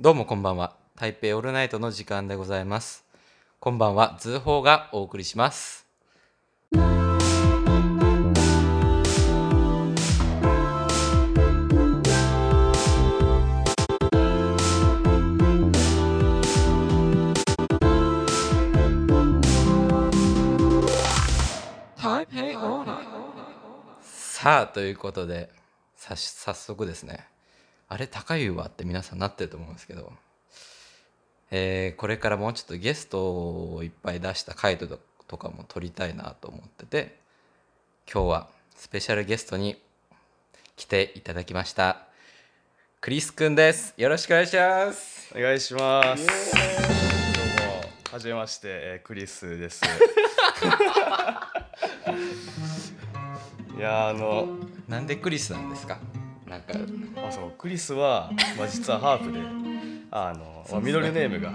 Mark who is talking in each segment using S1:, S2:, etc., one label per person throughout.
S1: どうもこんばんは。台北オールナイトの時間でございます。こんばんは、ズーホーがお送りします。さあ、ということで、さし早速ですね。あれ、高湯はって皆さんなってると思うんですけど、えーこれからもうちょっとゲストをいっぱい出した回ととかも撮りたいなと思ってて、今日はスペシャルゲストに来ていただきました。クリスくんです。よろしくお願いします。
S2: お願いします。どうも、はじめまして、えークリスです。いやーあの、
S1: なんでクリスなんですかなんか、
S2: まあ、そうクリスは、まあ、実はハーフで、あの、まあ、ミドルネームが、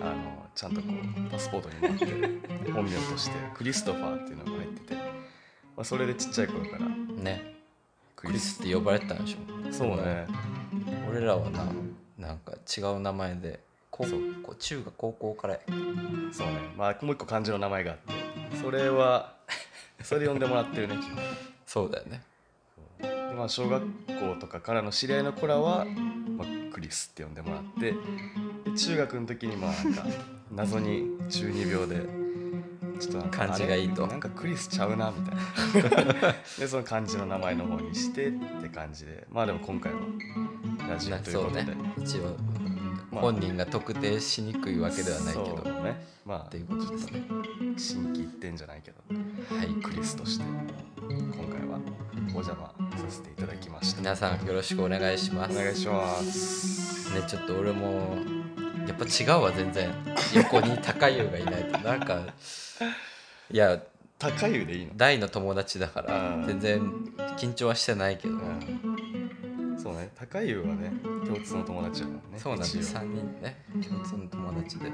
S2: あの、ちゃんとこうパスポートにもあって、本名としてクリストファーっていうのが入ってて、まあ、それでちっちゃい頃から
S1: ね、
S2: ク
S1: クリスって呼ばれてたんでしょ
S2: そうね。
S1: 俺らはななんか違う名前で高
S2: そう
S1: 校中学高校からや
S2: そうね。まあもう一個漢字の名前があって、それはそれ呼んでもらってるね。基本
S1: そうだよね
S2: でまあ、小学校とかからの知り合いの子らは、まあ、クリスって呼んでもらってで中学の時にまあなんか謎に中二病でちょっとなんか
S1: 感じがいいと
S2: あれなんかクリスちゃうなみたいな でその漢字の名前の方にしてって感じでまあでも今回はラジオ
S1: な
S2: という
S1: そ
S2: こ
S1: う
S2: とで、
S1: ね一応
S2: まあ
S1: 本人が特定しにくいわけではないけど、
S2: そうねまあ
S1: っていうことですね
S2: 新規一点じゃないけど
S1: はい
S2: クリスとして今回はお邪魔させていただきました
S1: 皆さんよろしくお願いしま
S2: お
S1: す
S2: 願いします
S1: ねちょっと俺もやっぱ違うわ全然横に高湯がいない となんかいや
S2: 高湯でいいの、
S1: 大の友達だから
S2: うん
S1: 全然緊張はしてないけど、
S2: うん、そうね高湯はね共通の友達やもんね
S1: そうなんです
S2: 一応
S1: 3人ね共通の友達で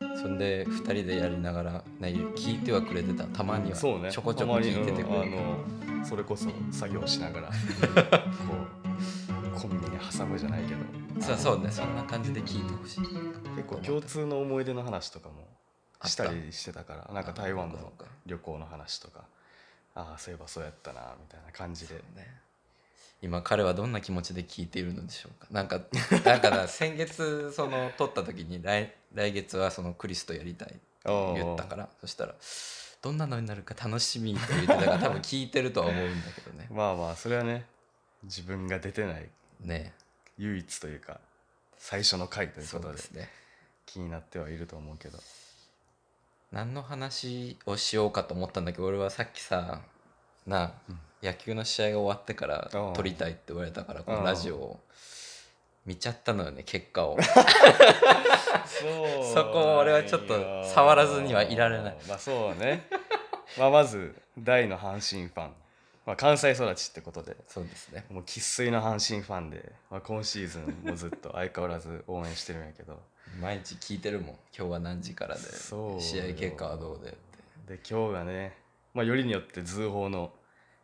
S1: そんで2人でやりながら、ね、聞いてはくれてたたまにはち
S2: そうね
S1: ょこちょこ聞いててく
S2: たま
S1: れて
S2: にうんあのそれこそ作業し ながらこうコンビニ挟むじゃないけど
S1: そうそうねそ
S2: あ
S1: んな
S2: の
S1: 感じで聞いてほしい
S2: 結構共通の思い出の話とかもしたりしてたからなんか台湾
S1: そう
S2: の
S1: か
S2: 旅行の話とかああそういえばそうやったなみたいな感じで
S1: ね今彼はどんな気持ちで聞いているのでしょうかなんかだ から先月その撮った時に来来月はそのクリスとやりたいって言ったかららそしたらどんなのになるか楽しみって言ってたから多分聞いてるとは思うんだけどね
S2: まあまあそれはね自分が出てない
S1: ね
S2: 唯一というか最初の回というこ
S1: そう
S2: と
S1: で
S2: です
S1: ね
S2: 気になってはいると思うけど
S1: 何の話をしようかと思ったんだけど俺はさっきさなあ、
S2: うん
S1: 野球の試合が終わってから
S2: ああ
S1: 撮りたいって言われたからこ
S2: あ
S1: の
S2: あ
S1: ラジオを見ちゃったのよね結 果を
S2: そ
S1: そこを俺はちょっと触らずにはいられない
S2: まあそう ねまあまず大の阪神ファン、まあ、関西育ちってことで
S1: そうですね
S2: もう生粋の阪神ファンで、まあ、今シーズンもずっと相変わらず応援してるんやけど
S1: 毎日聞いてるもん今日は何時からで
S2: そうよ
S1: 試合結果はどうでって
S2: で今日がね、まあ、よりによって通報の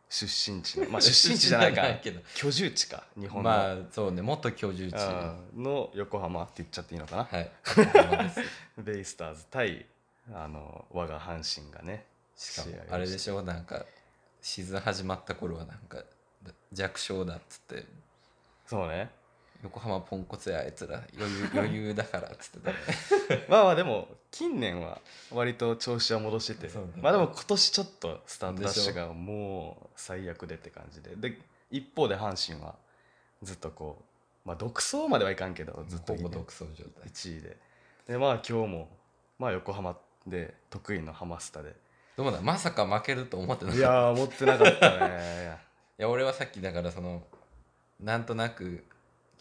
S2: 出身地の、まあ、出身地じゃないか
S1: 出身けど
S2: 居住地か日本の、
S1: まあそうね元居住地
S2: あーの横浜って言っちゃっていいのかな、
S1: はい
S2: ベイスターズ対あの我が阪神がね
S1: しかも
S2: 試合をして
S1: あれでしょなんかシーズン始まった頃はなんか弱小だっつって
S2: そうね
S1: 横浜ポンコツやあいつら余裕余裕だからっつってたね
S2: まあまあでも近年は割と調子は戻してて、
S1: そうね
S2: まあでも今年ちょっとスタートダッシュ
S1: で
S2: がもう最悪でって感じでで一方で阪神はずっとこうまあ独走まではいかんけどずっと
S1: ほぼ独走状態
S2: 1位ででまあ今日もまあ横浜で得意のハマスタで
S1: どうだまさか負けると思ってなかっ
S2: い
S1: たい
S2: やー持ってなかった ね
S1: や俺はさっきだからそのなんとなく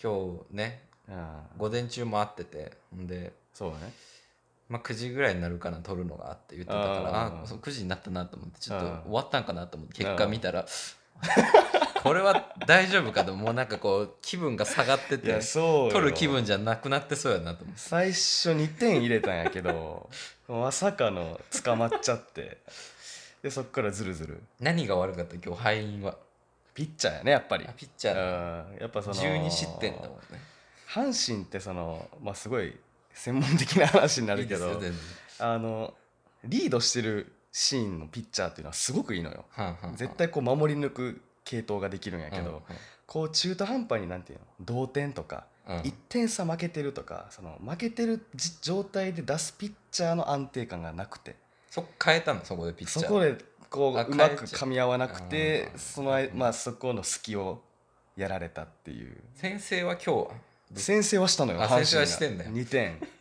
S1: 今日ね
S2: うん
S1: 午前中も会っててんで
S2: そうね
S1: まあ、9時ぐらいになるかな撮るのがって言ってたから
S2: あ
S1: あ
S2: ー
S1: あそう9時になったなと思ってちょっと
S2: あー
S1: 終わったんかなと思って結果見たらこれは大丈夫かともうなんかこう気分が下がって
S2: い
S1: て
S2: やそうよ
S1: 撮る気分じゃなくなってそうやなと思って
S2: 最初2点入れたんやけどまさかの捕まっちゃってでそっからずるずる
S1: 何が悪かった今日敗因は
S2: ピッチャーやねやっぱり
S1: あピッチャーだ
S2: うんやっぱその
S1: 12失点だもんね
S2: 阪神ってその、まあ、すごい専門的な話になるけど
S1: いいですよ全然
S2: あのリードしてるシーンのピッチャーっていうのはすごくいいのよ。
S1: はんはんはん
S2: 絶対こう守り抜く系統ができるんやけど、こう中途半端になんていうの同点とか
S1: うんうん
S2: 1点差負けてるとかその負けてるじ状態で出すピッチャーの安定感がなくて
S1: そこ変えたのそこでピッチャ
S2: そ
S1: ー
S2: こでこ
S1: あ
S2: ううま
S1: 変
S2: く
S1: えちゃ
S2: 噛み合わなくて
S1: あー
S2: そのあいまあそこの隙をやられたっていう
S1: 先生は今
S2: 先制はしたのよ
S1: あ
S2: 阪神が
S1: 先制はしてんだよ
S2: 2点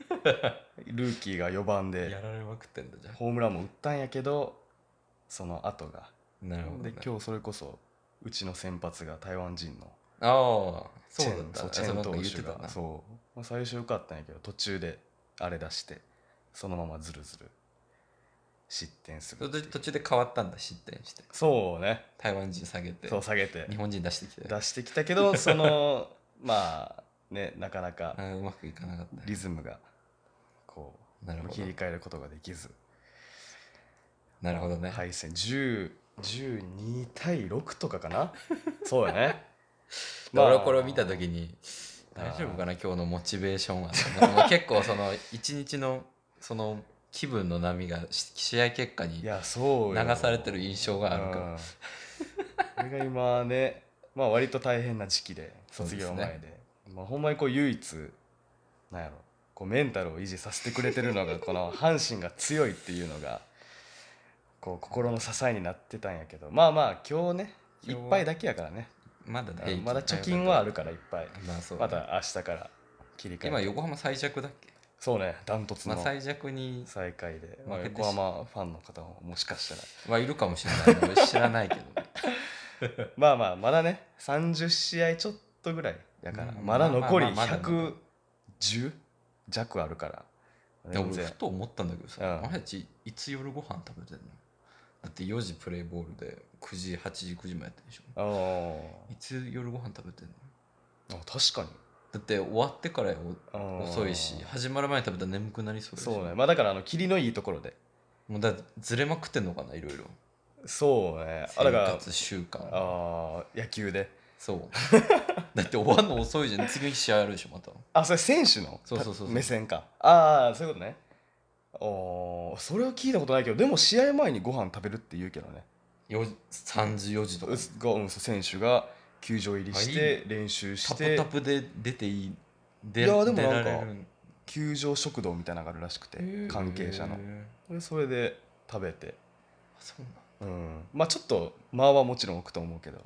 S2: ルーキーが4番
S1: 日や
S2: で
S1: られまくってんだじゃ
S2: ホームランも打ったんやけどその後が
S1: んなるほど、ね、
S2: で今日それこそうちの先発が台湾人の
S1: ああそうだっ
S2: そう
S1: た
S2: チェー
S1: そ
S2: ン投
S1: うなんか言って
S2: 手
S1: た
S2: が
S1: な
S2: そう、まあ、最初良かったんやけど途中であれ出してそのままズルズル失点する
S1: そ
S2: ってい
S1: れ
S2: う
S1: で途中で変わったんだ失点して
S2: そうね
S1: 台湾人下げて
S2: そう下げて
S1: 日本人出してきて
S2: 出してきた けどそのまあねなかな
S1: あ
S2: か
S1: ーうまくいかなかったね
S2: リズムがこ
S1: なる
S2: う
S1: ほ
S2: 切り
S1: ど
S2: 替えることができず
S1: なるほどね、
S2: 敗戦10 12対6とかかなそうやね
S1: で俺はこれを見た時に大丈夫かな今日のモチベーシ ョンはもう結構その一日のその気分の波がし試合結果に
S2: いやそうよ
S1: 流されてる印象があるから
S2: うん俺が今ね、まあ、割と大変な時期で
S1: そう
S2: 卒
S1: ですね
S2: 業前で、まあ、ほんまにこう唯一なんやろこうメンタルを維持させてくれてるのがこの 阪神が強いっていうのがこう心の支えになってたんやけどまあまあ今日ねいっ
S1: 今日は
S2: ぱいだけやからね
S1: まだ平気
S2: まだ貯金はあるからいっぱい
S1: まあそう
S2: ま
S1: だね
S2: た明日から切り替えて
S1: 今横浜最弱だっけ、
S2: そうねダントツ
S1: ま
S2: の
S1: あ、最弱に、
S2: 最下位で、まあ、
S1: 負けて
S2: 横
S1: し
S2: 浜ファンの方ももしかしたら
S1: まあ、いるかもしれ ない俺知らないけど
S2: まあまあまだね30試合ちょっとぐらいだから、
S1: うん
S2: まだ残り
S1: まあまあまだ残
S2: 110弱あるから
S1: でも
S2: 全
S1: 俺
S2: 然
S1: ふと思ったんだけどさ、
S2: うん
S1: 俺たちいつ夜ご飯食べてんのだって4時プレイボールで9時8時9時もやってるでしょ
S2: あー
S1: いつ夜ご飯食べてんの
S2: あ確か
S1: だって終わってからよ
S2: にうん
S1: 遅いし始まる前に食べたら眠くなりそうだし
S2: そうねまあだからあの霧のいいところで
S1: もうだずれまくってんのかないろいろ
S2: そうねあ
S1: 生
S2: だから
S1: 活習慣
S2: あー野球で
S1: そうだって終わるの遅いじゃん次の試合あるでしょまた
S2: あそれ選手の
S1: そうそうそうそう
S2: 目線かああそういうことねおそれは聞いたことないけどでも試合前にご飯食べるって言うけどね
S1: 4時3時4時とか
S2: うすがうん選手が球場入りし
S1: あいい
S2: て練習し
S1: タプ
S2: て
S1: タプで出ていい出
S2: いやでも
S1: 出
S2: なんから
S1: れるん
S2: 球場食堂みたいなのがあるらしくて
S1: へー
S2: 関係者の
S1: へ
S2: でそれで食べて、
S1: ーあそうなん
S2: うん、まあちょっと間はもちろん置くと思うけど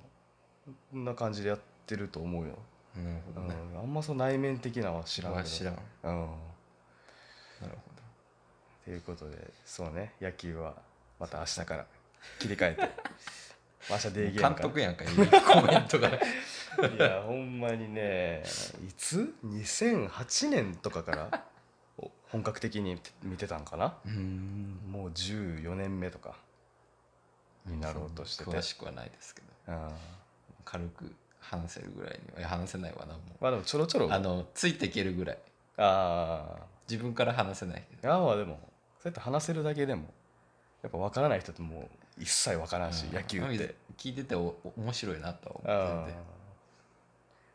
S2: こんな感じでやってると思うよ、
S1: なる
S2: う
S1: ほどね、
S2: ん、あんまその内面的なは知
S1: 知
S2: ら
S1: ら
S2: んけ
S1: ん
S2: ど
S1: 知らんな
S2: うん、
S1: る
S2: っ
S1: ほど
S2: ていうことでそうね野球はまた明日から切り替えて 明日デーゲーム
S1: 監
S2: か
S1: 督やんか今 コメントが
S2: らいやほんまにねいつ2008年とかからお本格的に見てたんかな
S1: うーん
S2: もう14年目とかになろうとしてて
S1: 詳しくはないですけど
S2: うん
S1: 軽く話せるぐらいにはいや話せないわなもう
S2: まあでもちょろちょろ
S1: あ
S2: あ
S1: のついていけるぐらい
S2: あ
S1: 自分から話せないけど
S2: ーいやまあでもそうやって話せるだけでもやっぱ分からない人ってもう一切分からんし
S1: うん
S2: 野球って
S1: 聞いてておお面白いなとは思
S2: あ
S1: ってて
S2: ー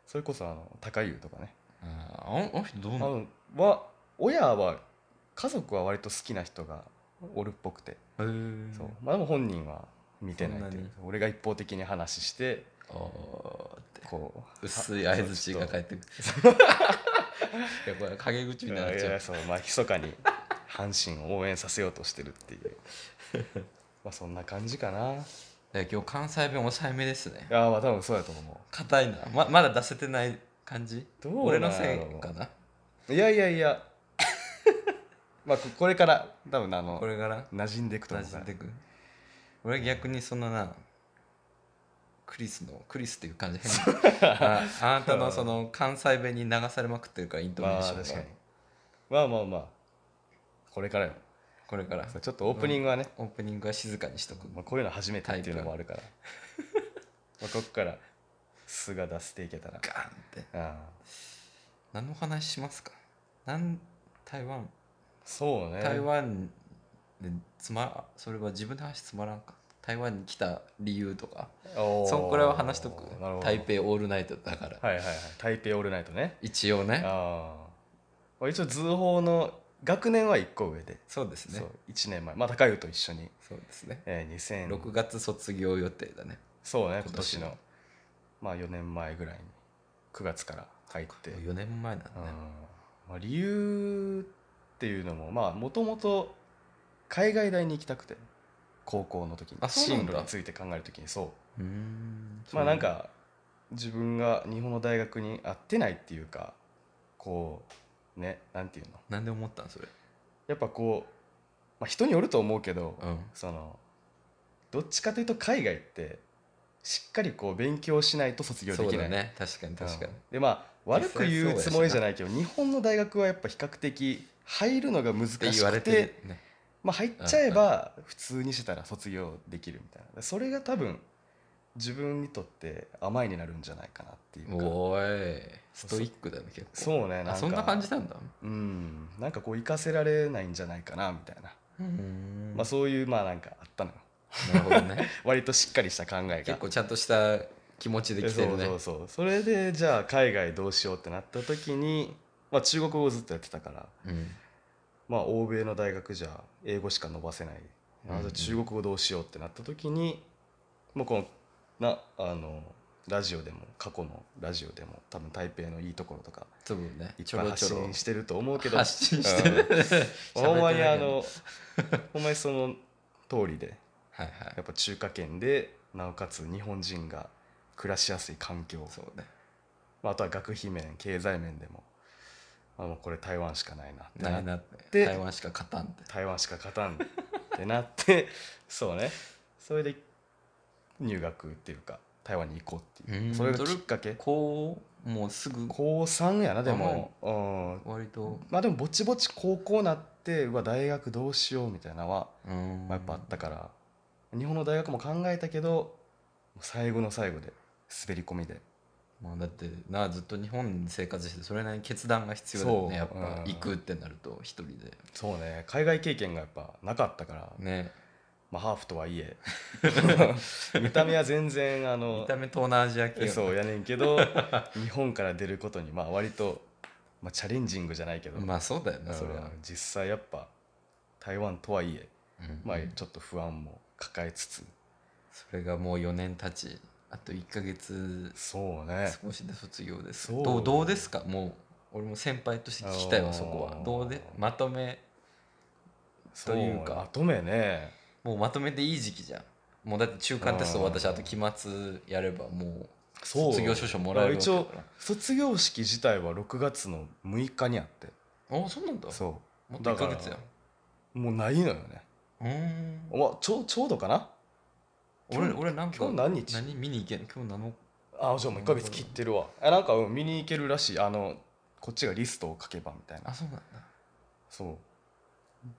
S2: それこそあの高湯とかね、
S1: あーあの人どう
S2: あ
S1: なの
S2: のは親は家族は割と好きな人がおるっぽくて、
S1: へー
S2: そうまあでも本人は見てないってい
S1: そんな
S2: う
S1: に
S2: 俺が一方的に話して
S1: あーって
S2: こう
S1: 薄い相づちが返ってく るいやこれ陰口みたいになっ
S2: い
S1: ちゃ
S2: や
S1: う
S2: そうまあ密かに阪神を応援させようとしてるっていう まあそんな感じかない
S1: や今日関西弁抑えめですね
S2: やまあ多分そうやと思
S1: 硬いなままだ出せてない感じ
S2: どうなん
S1: 俺の
S2: や
S1: せ
S2: ろう
S1: いかな
S2: ういやいやいや まあここれから多分あの
S1: これから
S2: 馴染んでいくと
S1: 馴
S2: 思うか
S1: 染
S2: ら
S1: んでく俺逆にそのなクリスのクリスっていう 感じ変なああなたのその関西弁に流されまくってるからイントネ
S2: ま
S1: ー
S2: あ
S1: ションが
S2: 確かにまあまあまあこれからよ
S1: これから
S2: そうちょっとオープニングはね、
S1: オープニングは静かにしとく
S2: まあ、こういうの初めてっていうのもあるから まあここから素が出していけた
S1: ガ
S2: ら
S1: ーンって
S2: ああ
S1: 何の話しますかなん台湾
S2: そうね
S1: 台湾でつまらそれは自分の話つまらんか台湾に来た理由とか
S2: おー
S1: そんくらいは話しとく
S2: なるほど
S1: 台北オールナイトだから、
S2: はいはいはい台北オールナイトね
S1: 一応ね
S2: ああ一応図法の学年は1個上で、
S1: そうですね
S2: そう1年前まあ高湯と一緒に、
S1: そうですね
S2: えー、2000
S1: 6月卒業予定だね
S2: そうね
S1: 今
S2: 今
S1: 年
S2: 年
S1: の
S2: のまあ4年前ぐらいに9月から入って
S1: 4年前なんだ
S2: うん
S1: ね
S2: まあ、理由っていうのもまあもともと海外大に行きたくて高校の時に
S1: あそうなん
S2: 進
S1: だ
S2: 路について考える時にそ
S1: う
S2: う
S1: ーん
S2: まあなんか自分が日本の大学に合ってないっていうかこうねなんていうの
S1: なんで思ったんそれ
S2: やっぱこう、まあ、人によると思うけど、
S1: うん
S2: そのどっちかというと海外ってしっかりこう勉強しないと卒業で
S1: そう
S2: きな
S1: だ
S2: い、
S1: ね確かに確かに
S2: うん、でまあ悪く言うつもりじゃないけど日本の大学はやっぱ比較的入るのが難し
S1: って言わ
S2: く
S1: れ
S2: て
S1: てるね
S2: まあ、入っちゃえば普通にしてたら卒業できるみたいなそれが多分自分にとって甘いになるんじゃないかなっていうか
S1: おーいストイックだね結構
S2: そうねなんか
S1: あそんな感じなんだ
S2: うんなんかこう生かせられないんじゃないかなみたいな、
S1: うん
S2: まあ、そういうまあなんかあったのよ
S1: なるほどね
S2: 割としっかりした考えが
S1: 結構ちゃんとした気持ちで来てるね
S2: そうそうそうそれでじゃあ海外どうしようってなった時に、まあ、中国語をずっとやってたから
S1: うん
S2: まあ、欧米の大学じゃ英語しか伸ばせない、
S1: うんうん
S2: あじゃあ中国語どうしようってなった時にもうこのなあのラジオでも過去のラジオでも多分台北のいいところとか
S1: 多分ね
S2: いっ
S1: ちょ
S2: ぱい
S1: ろ
S2: 発
S1: ちょろ
S2: 信してると思うけど
S1: 発信して る
S2: うんほんまにあ
S1: 喋ってないけど
S2: のほんまにその通りで
S1: はいは
S2: や
S1: い
S2: っぱ中華圏でなおかつ日本人が暮らしやすい環境、
S1: そうね
S2: まあ、あとは学費面経済面でもあもうこれ台湾しかないなってな
S1: な
S2: っ
S1: いなっ
S2: で
S1: て台湾しか勝たんって
S2: 台湾しか勝たんってなってそうねそれで入学っていうか台湾に行こうっていううんそれがきっかけ
S1: こうもうすぐ
S2: 高3やなでもうん
S1: 割と
S2: まあでもぼちぼち高校なってうわ大学どうしようみたいなのは、
S1: うん
S2: まあ、やっぱあったから日本の大学も考えたけど最後の最後で滑り込みで
S1: まあ、だってなずっと日本で生活しててそれなりに決断が必要だよねやっ
S2: そう
S1: ぱ
S2: うん
S1: 行くってなると一人で
S2: そうね海外経験がやっぱなかったから、
S1: ね
S2: まあ、ハーフとはい え見た目は全然あの
S1: 見た目東南アジア系よね
S2: そうやねんけど日本から出ることにまあ割と、まあ、チャレンジングじゃないけど、
S1: まあそうだよ
S2: う
S1: ね
S2: ん
S1: それは、
S2: 実際やっぱ台湾とはいえ、
S1: うん
S2: まあ、ちょっと不安も抱えつつ、
S1: それがもう4年経ちあと1か月
S2: そうね
S1: 少しで卒業です
S2: そう
S1: どうどうですかもう俺も先輩として聞きたい
S2: あ
S1: わ
S2: ー
S1: そこはどうでまとめ
S2: そう
S1: というか
S2: まとめね
S1: もうまとめていい時期じゃんもうだって中間テスト
S2: あー
S1: 私あと期末やればもう
S2: そう
S1: 卒業証書もらえるわけだ
S2: だ
S1: か
S2: から卒業式自体は6月の6日にあって
S1: らあそうなんだ
S2: そ
S1: もっと1か月
S2: だ
S1: や
S2: かうもうないのよね、
S1: うーん
S2: まあ、ちょちょうどかな
S1: 俺
S2: 今日
S1: 俺なんか
S2: 今日何日
S1: 何見に行けん今日なの
S2: あじゃあもう1ヶ月切ってるわあなんかうん見に行けるらしいあのこっちがリストを書けばみたいな
S1: あそうなんだ
S2: そ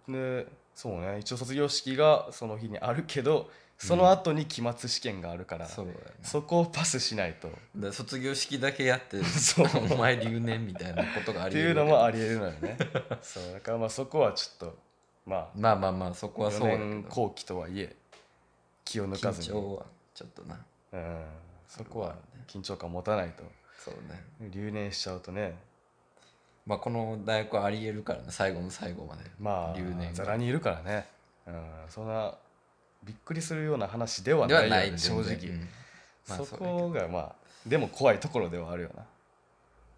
S2: うでそうね一応卒業式がその日にあるけどその後に期末試験があるから、
S1: そうだよ
S2: そこをパスしないとっ
S1: ねで卒業式だけやって
S2: そう
S1: お前留年みたいなことがあり
S2: てい
S1: 得るわ
S2: うの
S1: け
S2: もありえるのよ ねそうだからまあそこはちょっとまあ
S1: まあまあまあそこは
S2: 4
S1: そうだけ
S2: 年
S1: ど
S2: 後期とはいえ気を抜か
S1: 緊
S2: ずに、
S1: 張はちょっとな
S2: うん、そこは緊張感持たないと
S1: そうね
S2: 留年しちゃうとね
S1: まあこの大学はあり得るからね最後の最後まで
S2: ま
S1: 留年
S2: あ
S1: が
S2: ざらにいるからね、うん、そんなびっくりするような話ではないよね正直。
S1: 全然うんまあ
S2: そ
S1: そうだけど
S2: こがまあでも怖いところではあるよ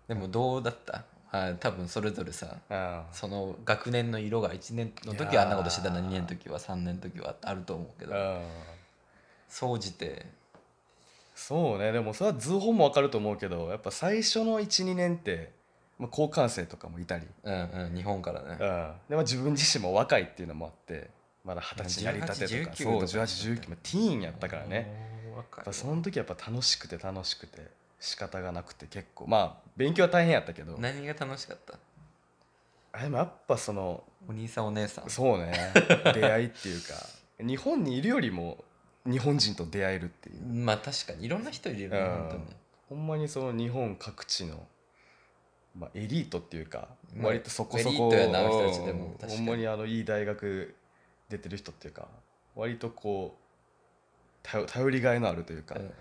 S1: でもどうだったあ多分それぞれさ
S2: な、うん
S1: その学年の色が1年の時はあんなことしてたな2年の時は3年の時はあると思うけど
S2: うん
S1: 総じて
S2: そうねでもそれは図法もわかると思うけどやっぱ最初の12年って、まあ、交換生とかもいたり、
S1: うんうん日本から
S2: うん
S1: ね
S2: でまあ、自分自身も若いっていうのもあってまだ二十歳になりたてとか
S1: 18 19
S2: そう
S1: とか
S2: 1819まあティーンやったからね
S1: おー若い
S2: やっぱその時やっぱ楽しくて楽しくて仕方がなくて結構まあ勉強は大変やったけど
S1: 何が楽しかった
S2: あでもやっぱその
S1: お兄さんお姉さん
S2: そうね出会いっていうか日本にいるよりも日本人と出会えるっていう
S1: まあ確かにいろんな人いるよね
S2: うん
S1: 本当に
S2: ほんまにその日本各地の、まあ、エリートっていうか
S1: まあ
S2: 割とそこそこ
S1: エリートやなあの人たちでも
S2: うん
S1: 確かに
S2: ほんまにあのいい大学出てる人っていうか割とこ頼頼りがいのあるというか、
S1: うん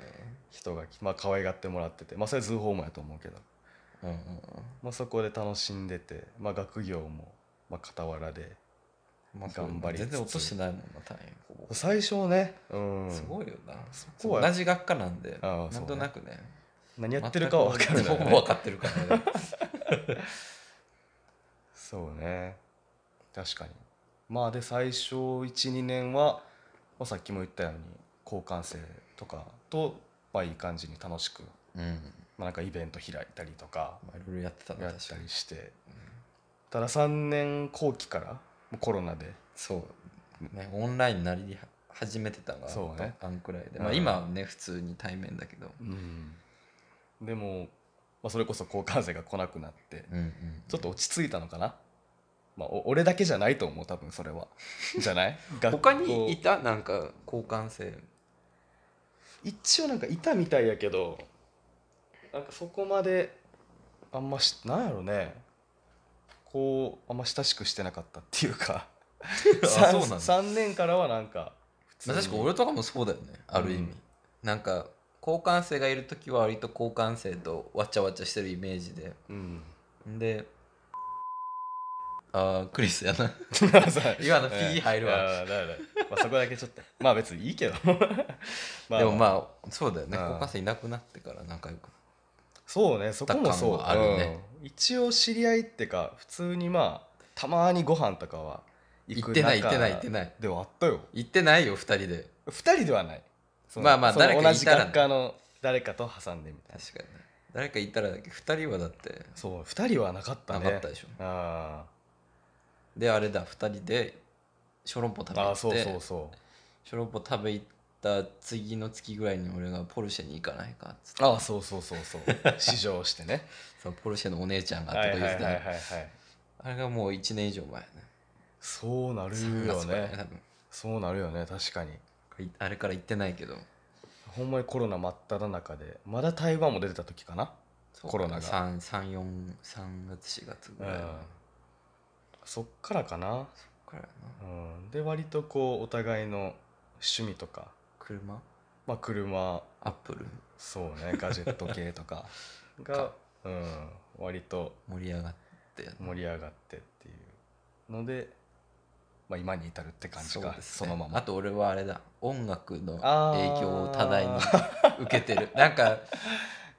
S2: 人がまあ可愛がってもらっててまあそれは図法もやと思うけど、
S1: うんうん
S2: まあ、そこで楽しんでて、まあ、学業もまあ傍らで
S1: うんまあ
S2: 頑張りつつ
S1: 全然落としてないもんな単位ほぼ
S2: 最初ね、うん、
S1: すごいよな
S2: そこは
S1: 同じ学科なんで
S2: ああ
S1: なんとなくね
S2: 何やってるかは分かる
S1: 全くほぼ分かってるからね
S2: そうね確かにまあで最初12年は、まあ、さっきも言ったように交換生とかと、まあ、いい感じに楽しく、
S1: うん
S2: まあ、なんかイベント開いたりとか
S1: まあいろいろやってた
S2: や
S1: な
S2: っ
S1: 確
S2: た
S1: かに
S2: りしてただ3年後期からもうコロナで
S1: そうねオンラインなり始めてたが
S2: そうね
S1: あんくらいで
S2: うん
S1: まあ今はね普通に対面だけど
S2: でも、まあ、それこそ交換生が来なくなって
S1: うんうん
S2: ちょっと落ち着いたのかな、まあ、お俺だけじゃないと思う多分それはじゃない学校
S1: 他にいたなんか交換生
S2: 一応なんかいたみたいやけどなんかそこまであんましなんやろねこうあんま親しくしてなかったっていうか
S1: あそうなんだ
S2: 3, 三年からはなんか普
S1: まあ確か俺とかもそうだよねある意味、
S2: うん
S1: なんか交換生がいる時は割と交換生とわちゃわちゃしてるイメージで
S2: うん、
S1: んでああクリスやな 今
S2: 今
S1: の P 入 るわ
S2: まあ、そこだけちょっとまあ別にいいけど
S1: でもまあそうだよね
S2: うん
S1: 交換生いなくなってから仲良く
S2: そうねそこもそう
S1: 多感はあるね
S2: うん一応知り合いってか普通にまあたまにご飯とかは
S1: 行ってない行ってない行ってない
S2: でもあったよ
S1: 行ってないよ2人で
S2: 2人ではないその
S1: まあまあ
S2: その
S1: 誰かい
S2: 同じ
S1: たらね
S2: 学科の誰かと挟んでみたいな
S1: 確かにね誰かいたらだけど2人はだって
S2: そう2人はなかった
S1: な
S2: ね
S1: かったでしょ、
S2: あ
S1: であれだ2人で小籠包食
S2: ー
S1: べ行
S2: あー
S1: っ
S2: そう
S1: て
S2: そうそう
S1: 小籠包食べ行った次の月ぐらいに俺がポルシェに行かないかっつって
S2: ああそうそうそうそう試乗して ね
S1: そうポルシェのお姉ちゃんがと
S2: は
S1: か
S2: い
S1: 言っ
S2: はい
S1: て
S2: は
S1: た
S2: い
S1: よ
S2: はいはい
S1: あれがもう1年以上前ね
S2: そうなる
S1: 3
S2: よ
S1: 月ぐらいね
S2: ねそうなるよね確かに
S1: 多分あれから行ってないけど
S2: ほんまにコロナ真っ只中でまだ台湾も出てた時かな
S1: そう
S2: コロナが
S1: 3 3 4 3月4月ぐらい
S2: うんそっからかな、
S1: そっからやな
S2: うん、で割とこうお互いの趣味とか、
S1: 車
S2: まあ、車
S1: アップル
S2: そうねガジェット系 とかが
S1: か、
S2: うん、割と
S1: 盛り上がってやな
S2: 盛り上がってっていうので、まあ、今に至るって感じ
S1: そう
S2: か
S1: です
S2: そ,、
S1: ね
S2: のま
S1: あ
S2: ま
S1: と俺はあれだ音楽の
S2: あ
S1: 影
S2: ー
S1: 響を多大に受けて るなんか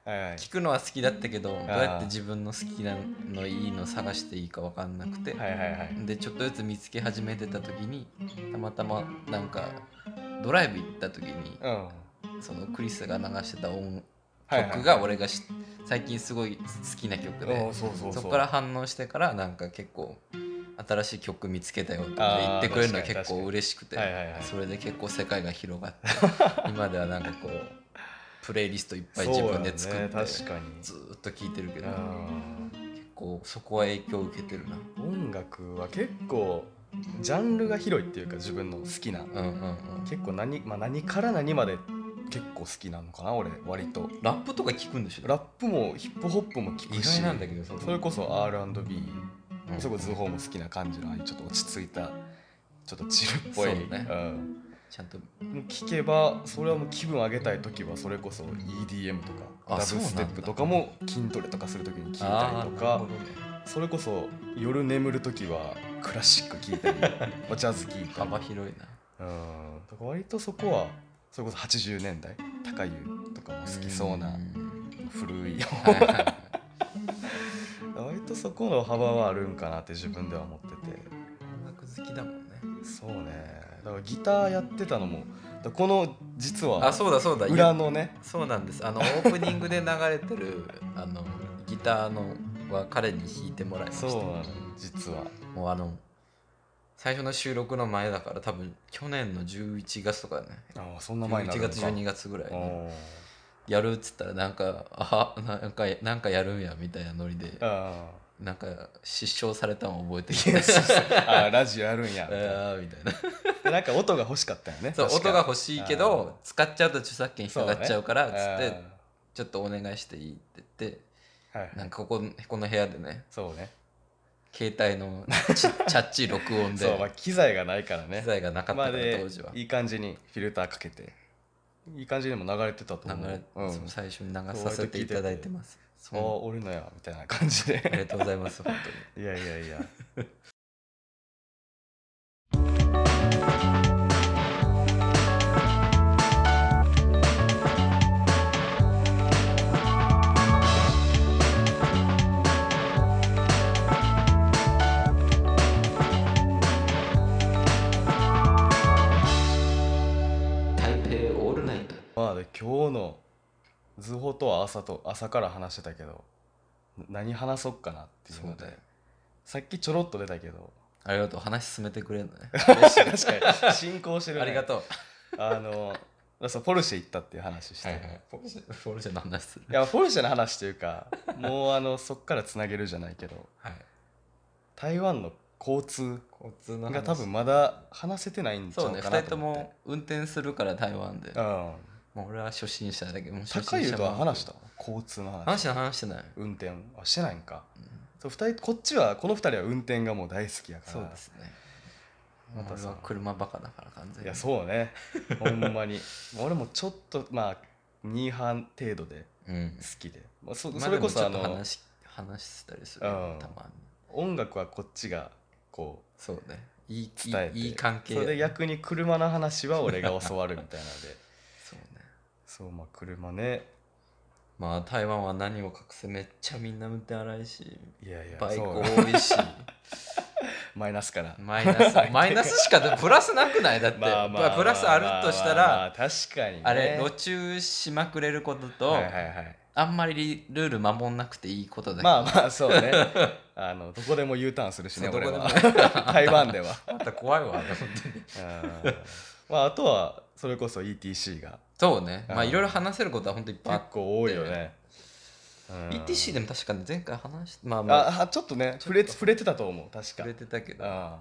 S2: はいはい
S1: 聞くのは好きだったけどどう
S2: ー
S1: やって自分の好きなのいいの探していいか分かんなくて、
S2: はいはいはい
S1: でちょっとずつ見つけ始めてた時にたまたまなんかドライブ行った時に
S2: うんは
S1: そのクリスが流してた音
S2: いはい
S1: 曲が俺がし最近すごい好きな曲
S2: う
S1: で
S2: んそうそうそ
S1: そ
S2: う
S1: こから反応してからなんか結構新しい曲見つけたよとか言ってくれるの
S2: あー確かに
S1: 結構嬉しくて
S2: はいはいはい
S1: それで結構世界が広がって今ではなんかこうプレイリストいっぱい自分で作って
S2: そうやね、
S1: ずーっと聴いてるけ
S2: 確
S1: ど
S2: かにうん
S1: 結構そこは影響を受けてるな
S2: 音楽は結構ジャンルが広いっていうか自分の好きな
S1: うんうんうん
S2: 結構何,、まあ、何から何まで結構好きなのかな俺割と
S1: ラップとか聞くんでしょ
S2: ラップもヒップホップも聞
S1: 意
S2: くし
S1: 外なんだけど
S2: それこそ R&B
S1: うん
S2: そこ図法も好きな感じのああいうちょっと落ち着いたちょっとチルっぽ
S1: そ
S2: いう
S1: ね
S2: ん
S1: ちゃんと
S2: もう聞けばそれはもう気分上げたい時はそれこそ EDM とか
S1: あ
S2: ダブ
S1: そうなん
S2: ス
S1: だ
S2: テップとかも筋トレとかする時に聞い
S1: あ
S2: たり
S1: ー
S2: と
S1: なる
S2: か
S1: ほどね
S2: それこそ夜眠る時はクラシック聞い たりまあジャズ聞いたり
S1: 幅広いな
S2: うんだから割とそこはそれこそ80年代高湯とかも好きそうなん古い
S1: はいはいはい
S2: 割とそこの幅はあるんかなって自分では思ってて
S1: 音楽好きだもんね
S2: そうねだからギターやってたのもだからこの実
S1: あ
S2: は
S1: そうだそうだ
S2: 裏のね
S1: そうなんですあのオープニングで流れてるあのギターのは彼に弾いてもらいました
S2: そうなの実は
S1: もうあの最初の収録の前だから多分去年の11月とかね
S2: ああそんな前にな
S1: 11
S2: るの
S1: 月
S2: か
S1: 12月ぐらいに
S2: おー
S1: やるっつったらなんかあなんかなんかやるんやみたいなノリで
S2: あ
S1: なんか失笑されたのを覚えてき
S2: ー
S1: て
S2: あーラジオやるんやみたい な
S1: あーみたいな
S2: でなんか音が欲しかったよね
S1: そう
S2: 確
S1: 音
S2: か
S1: が欲しいけど使っちゃうと著作権引っかかっちゃうからっつ
S2: そう
S1: っ
S2: ね
S1: てちょっとお願いしていいって言って
S2: あーはい
S1: なんかこここの部屋でね
S2: そうね
S1: 携帯の ちちゃっちい録音で
S2: そうまあ機材がないからね
S1: 機材がなかった
S2: ま
S1: か
S2: あ
S1: ら
S2: で
S1: 当時はい
S2: い感じにフィルターかけていい感じにも流れてたと
S1: 流
S2: 思う
S1: れ、
S2: うん、
S1: その最初に流させていただいてます
S2: ああ
S1: うん
S2: 俺のやみたいな感じ
S1: あ りが
S2: で
S1: とうございます本当に
S2: いやいやいや
S1: 台北オールナイト
S2: まあで今日の図法とは朝と朝から話してたけどな何話そうかなっていう
S1: そう
S2: ので
S1: だよ
S2: さっきちょろっと出たけど
S1: ありがとう話進めてくれるの ね
S2: 確かに進行してる、ね、
S1: ありが
S2: う
S1: とう
S2: あのそうポルシェ行ったっていう話して、い
S1: ポルシェポルシェの話する
S2: やポルシェの話というかもうあのそっからつなげるじゃないけど
S1: はい
S2: 台湾の交通
S1: 交通の話
S2: が多分まだ話せてないんちゃう
S1: そうね
S2: かな
S1: 2人
S2: と
S1: と
S2: 思って
S1: も運転するから台湾で
S2: うん
S1: もう俺は初心者だけどもう初
S2: 高
S1: 心
S2: 湯
S1: 者
S2: とは
S1: 版
S2: 話した交通の
S1: 話し
S2: 話
S1: てない話してない
S2: 運転はしてないんかそう二人こっちはこの二人は運転がもう大好きやから
S1: そうですね
S2: また
S1: 俺
S2: その
S1: は車バカだから完全に
S2: いやそ うねほんまに俺もちょっとまあ2半程度で
S1: う、ん
S2: 好、きで、まあ、そ
S1: まあ
S2: それこそあ
S1: でもちょっと
S2: の
S1: 話し話したりする、
S2: うん
S1: たまに
S2: 音楽はこっちがこ
S1: そうねいいいう
S2: 伝えて
S1: いい関係
S2: それで
S1: や
S2: 逆に車の話は俺が教わるみたいなので
S1: そうね
S2: そうまあ車ね
S1: まあ台湾は何を隠せめっちゃみんな運転荒いし
S2: いやいや
S1: バイク
S2: そう
S1: 多いし
S2: マイナスから
S1: マイ ナスマイナスしかプラスなくないだって
S2: まあまあ
S1: まあプラスあるとした
S2: まあまあ
S1: ら
S2: まあ確かにね
S1: あれ路中しまくれることと、
S2: はいはいはい
S1: あんまりルール守んなくていいことだけど、
S2: まあまあそう ねあのどこでも U ターンするしね
S1: そう
S2: 俺は
S1: どこ
S2: 台 湾では
S1: あんた怖い わ、ね、本当に
S2: うんまああとはそれこそ ETC が
S1: そうねま
S2: う
S1: あ
S2: ん
S1: いろいろ話せることは本当いっぱいあ
S2: 結
S1: って
S2: 構多いよね。うん
S1: ETC でも確かに前回話してまあまあ
S2: ああちょっとね触れ触れてたと思う確か
S1: 触れ。てたけど
S2: あ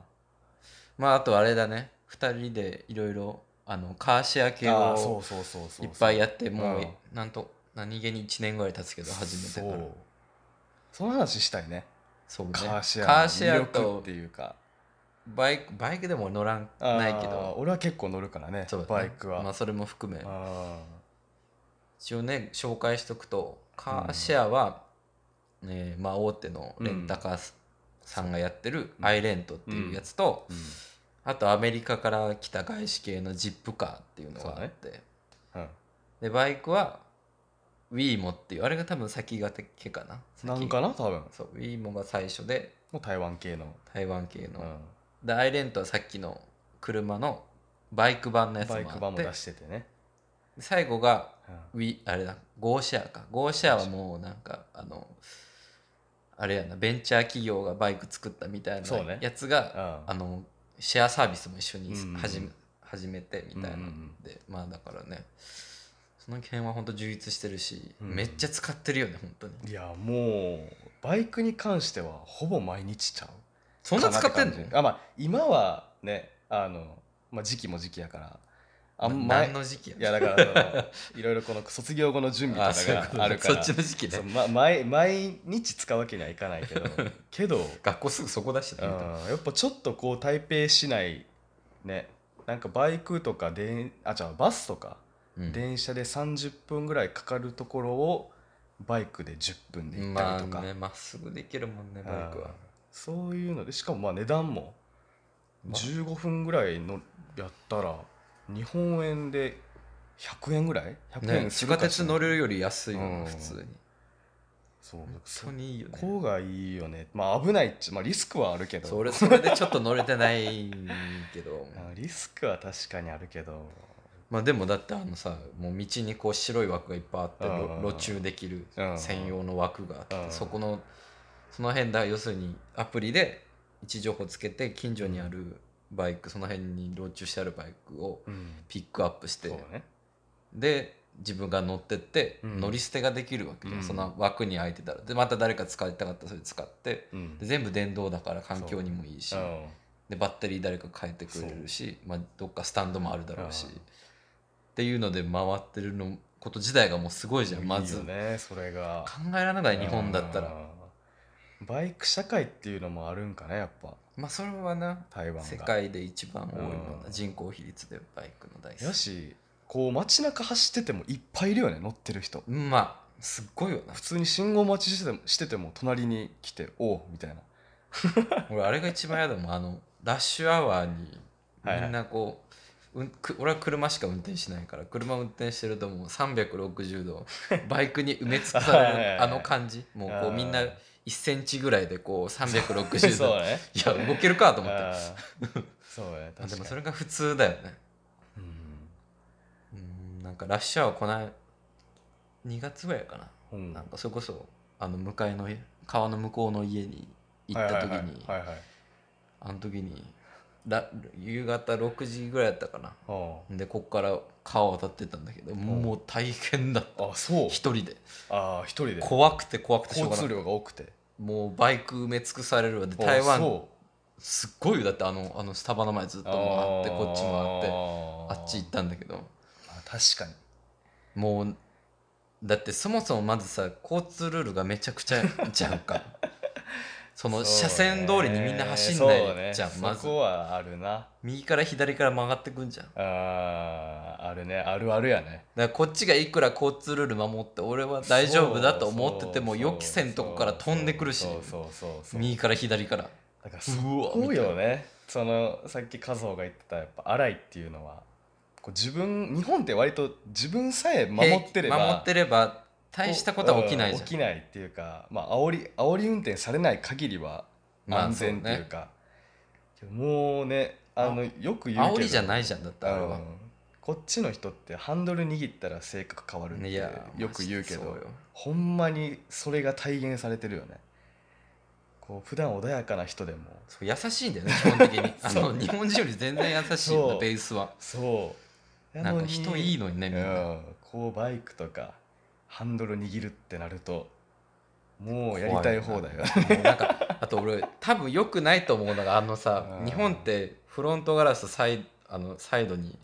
S1: まああとあれだね2人でいろいろあのカーシェア系
S2: あ
S1: を
S2: そうそうそうそう
S1: いっぱいやっても
S2: うん
S1: うなんと何気に1年ぐらい経つけど始めてから
S2: そうその話したいね。
S1: そうね
S2: カーシェ
S1: カ
S2: ア
S1: ー
S2: の
S1: シェ
S2: 魅
S1: ア
S2: 力っ
S1: と
S2: ていうか。
S1: バイクバイクでも乗らん
S2: あー
S1: ないけど
S2: 俺は結構乗るからね
S1: そうだね
S2: バイクは。
S1: まあそれも含め
S2: あ
S1: 一応ね紹介しとくとカーシェアは、えーまあ、大手のレンタカーさんがやってる
S2: うん
S1: アイレントっていうやつと、
S2: ー
S1: あとアメリカから来た外資系のジップカーっていうのがあって、
S2: うんうん
S1: でバイクは WeMo っていうあれが多分先駆けかな先
S2: なんかな多分
S1: そう WeMo が最初で
S2: もう台湾系の。
S1: 台湾系の、
S2: うん
S1: でアイレントはさっきの車のバイク版のやつも
S2: バイク
S1: あ
S2: 版
S1: っ
S2: も
S1: て
S2: 出しててね。
S1: 最後が
S2: うん
S1: ウィあれだ Go シェアか Go シェアはもうなんかあのあれやなベンチャー企業がバイク作ったみたいな
S2: そうね
S1: やつが、あ
S2: あ
S1: のシェアサービスも一緒に
S2: うん
S1: 始め,、始めてみたいな
S2: うんうん
S1: んで、まあだからねその辺は本当充実してるし、
S2: うん
S1: めっちゃ使ってるよね本当に
S2: いやもうバイクに関してはほぼ毎日ちゃう。
S1: そんな使ってんの
S2: かな感じあまあ今はねあの、まあ、時期も時期やからあんま
S1: 何
S2: い
S1: の時期や
S2: やだからそ のいろいろこの卒業後の準備
S1: あ
S2: と
S1: そういうこ
S2: か
S1: と
S2: がある
S1: ね
S2: か
S1: そ
S2: ら
S1: っちの時期
S2: そう
S1: ね
S2: ま毎毎日使うわけにはいかないけどけど、
S1: 学校すぐそこだし
S2: うん、
S1: ね
S2: やっぱちょっとこう台北市内ねなんかバイクとかであじゃあバスとか、
S1: うん
S2: 電車で30分ぐらいかかるところをバイクで10分で行った
S1: ま
S2: りとか、
S1: あねまっすぐできるもんねバイク
S2: う
S1: は
S2: ん。そういうのでしかもまあ値段も
S1: まあ
S2: 15分ぐらいのやったら日本円で100円ぐらい100
S1: ね、
S2: 円
S1: 地
S2: す
S1: 下
S2: るか
S1: 鉄
S2: しな
S1: 乗
S2: い
S1: るより安いよね
S2: うん
S1: 普通に
S2: そう
S1: 本
S2: そ
S1: 当にいいよね
S2: こがいいよねまあ危ないっちまあリスクはあるけど
S1: それそれでちょっと乗れてないけ ど
S2: あリスクは確かにあるけど
S1: まあでもだってあのさもう道にこう白い枠がいっぱいあって
S2: うん
S1: 路路中できる
S2: うん
S1: 専用の枠があっ
S2: う
S1: て
S2: ん
S1: そこのその辺だ要するにアプリで位置情報つけて近所にあるバイクその辺に路中してあるバイクを
S2: うん
S1: ピックアップして
S2: そうね
S1: で自分が乗ってって
S2: うん
S1: 乗り捨てができるわけじゃん、
S2: うん
S1: その枠に空いてたらでまた誰か使いたかったらそれ使って
S2: うん
S1: で全部電動だから環境にもいいし
S2: うん
S1: でバッテリー誰か変えてくれるし、まあ、どっかスタンドもあるだろうし、
S2: うん
S1: っていうので回ってるのこと自体がもうすごいじゃんま
S2: いい
S1: ず
S2: よねそれが
S1: 考えられない日本だったら
S2: うんバイク社会っていうのもあるんかねやっぱ
S1: まあそれはな
S2: 台湾が
S1: 世界で一番多いのだ
S2: うん
S1: 人口比率でバイクの台数
S2: やしこう街中走っててもいっぱいいるよね乗ってる人
S1: うんまあすっごい よな
S2: 普通に信号待ちしててもしてても隣に来て「おう」みたい な
S1: 俺あれが一番嫌だもんあのラッシュアワーに
S2: はいはい
S1: みんなこう,、うん、く俺は車しか運転しないから車運転してるともう360度バイクに埋め尽くさ
S2: はいは
S1: れ
S2: いはい
S1: るあの感じもうこ
S2: あ
S1: う
S2: ー
S1: みんな1センチぐらいでこう360
S2: そう
S1: 度
S2: だ ね
S1: いや動けるかと思って
S2: あーそうだね
S1: まあ
S2: 確か
S1: で
S2: に
S1: もそれが普通だよね
S2: うん
S1: うんなんかラッシュアワーこない2月ぐらいかな、
S2: うん
S1: なんかそれこそあの向かいの家川の向こうの家に行った時に、
S2: はいはいはいはいはい
S1: あの時にら夕方6時ぐらいだったかな
S2: おう
S1: でこっから川渡ってったんだけどもう大変だった
S2: あそう
S1: 一人で
S2: ああ一人で
S1: 怖くて怖くてしょう
S2: 交
S1: がな
S2: 通
S1: い
S2: 量が多くて
S1: もうバイク埋め尽くされるわで台
S2: あ
S1: 湾
S2: そ
S1: すっごいよだってあのあのスタバの前ずっ
S2: う
S1: と回って
S2: あー
S1: こっち回ってあっち行ったんだけど
S2: あ確かに
S1: もうだってそもそもまずさ交通ルールがめちゃくちゃじゃん かその車線通りにみんな走んないじゃん、
S2: そうね
S1: まず
S2: そこはあるな
S1: 右から左から曲がってくんじゃん
S2: あーあるねあるあるやね
S1: だからこっちがいくら交通ルール守って俺は大丈夫だと思ってても予期せんとこから飛んでくるし
S2: そうそうそうそう
S1: 右から左から
S2: だから
S1: うわ
S2: そこよねそのさっき和穂が言ってたやっぱ荒いっていうのはこう自分日本って割と自分さえ守ってれば
S1: 守ってれば大したことは起きないじ
S2: うん
S1: ゃん
S2: 起きないっていうかまあ煽り煽り運転されない限りは
S1: まあ
S2: 安全っていうか、もうねあのよく言うけど
S1: 煽りじゃないじゃんだってあれ
S2: う
S1: は
S2: んこっちの人ってハンドル握ったら性格変わるっ
S1: い
S2: て
S1: や
S2: よく言うけ
S1: まあ
S2: ど
S1: そうよ
S2: ほんまにそれが体現されてるよねこう普段穏やかな人でも
S1: そう優しいんだよね基本的にあ
S2: そう
S1: の日本人より全然優しいよ
S2: そ
S1: ね
S2: う
S1: ベースは
S2: そう
S1: なんか人いい
S2: の
S1: のにね
S2: に
S1: みんな
S2: うん、こうバイクとかハンドル握るってなるともうやりたい放題よね
S1: 怖いなもうなんかあと俺多分良くないと思うのがあのさ
S2: うん
S1: 日本ってフロントガラスとサイあのサイドに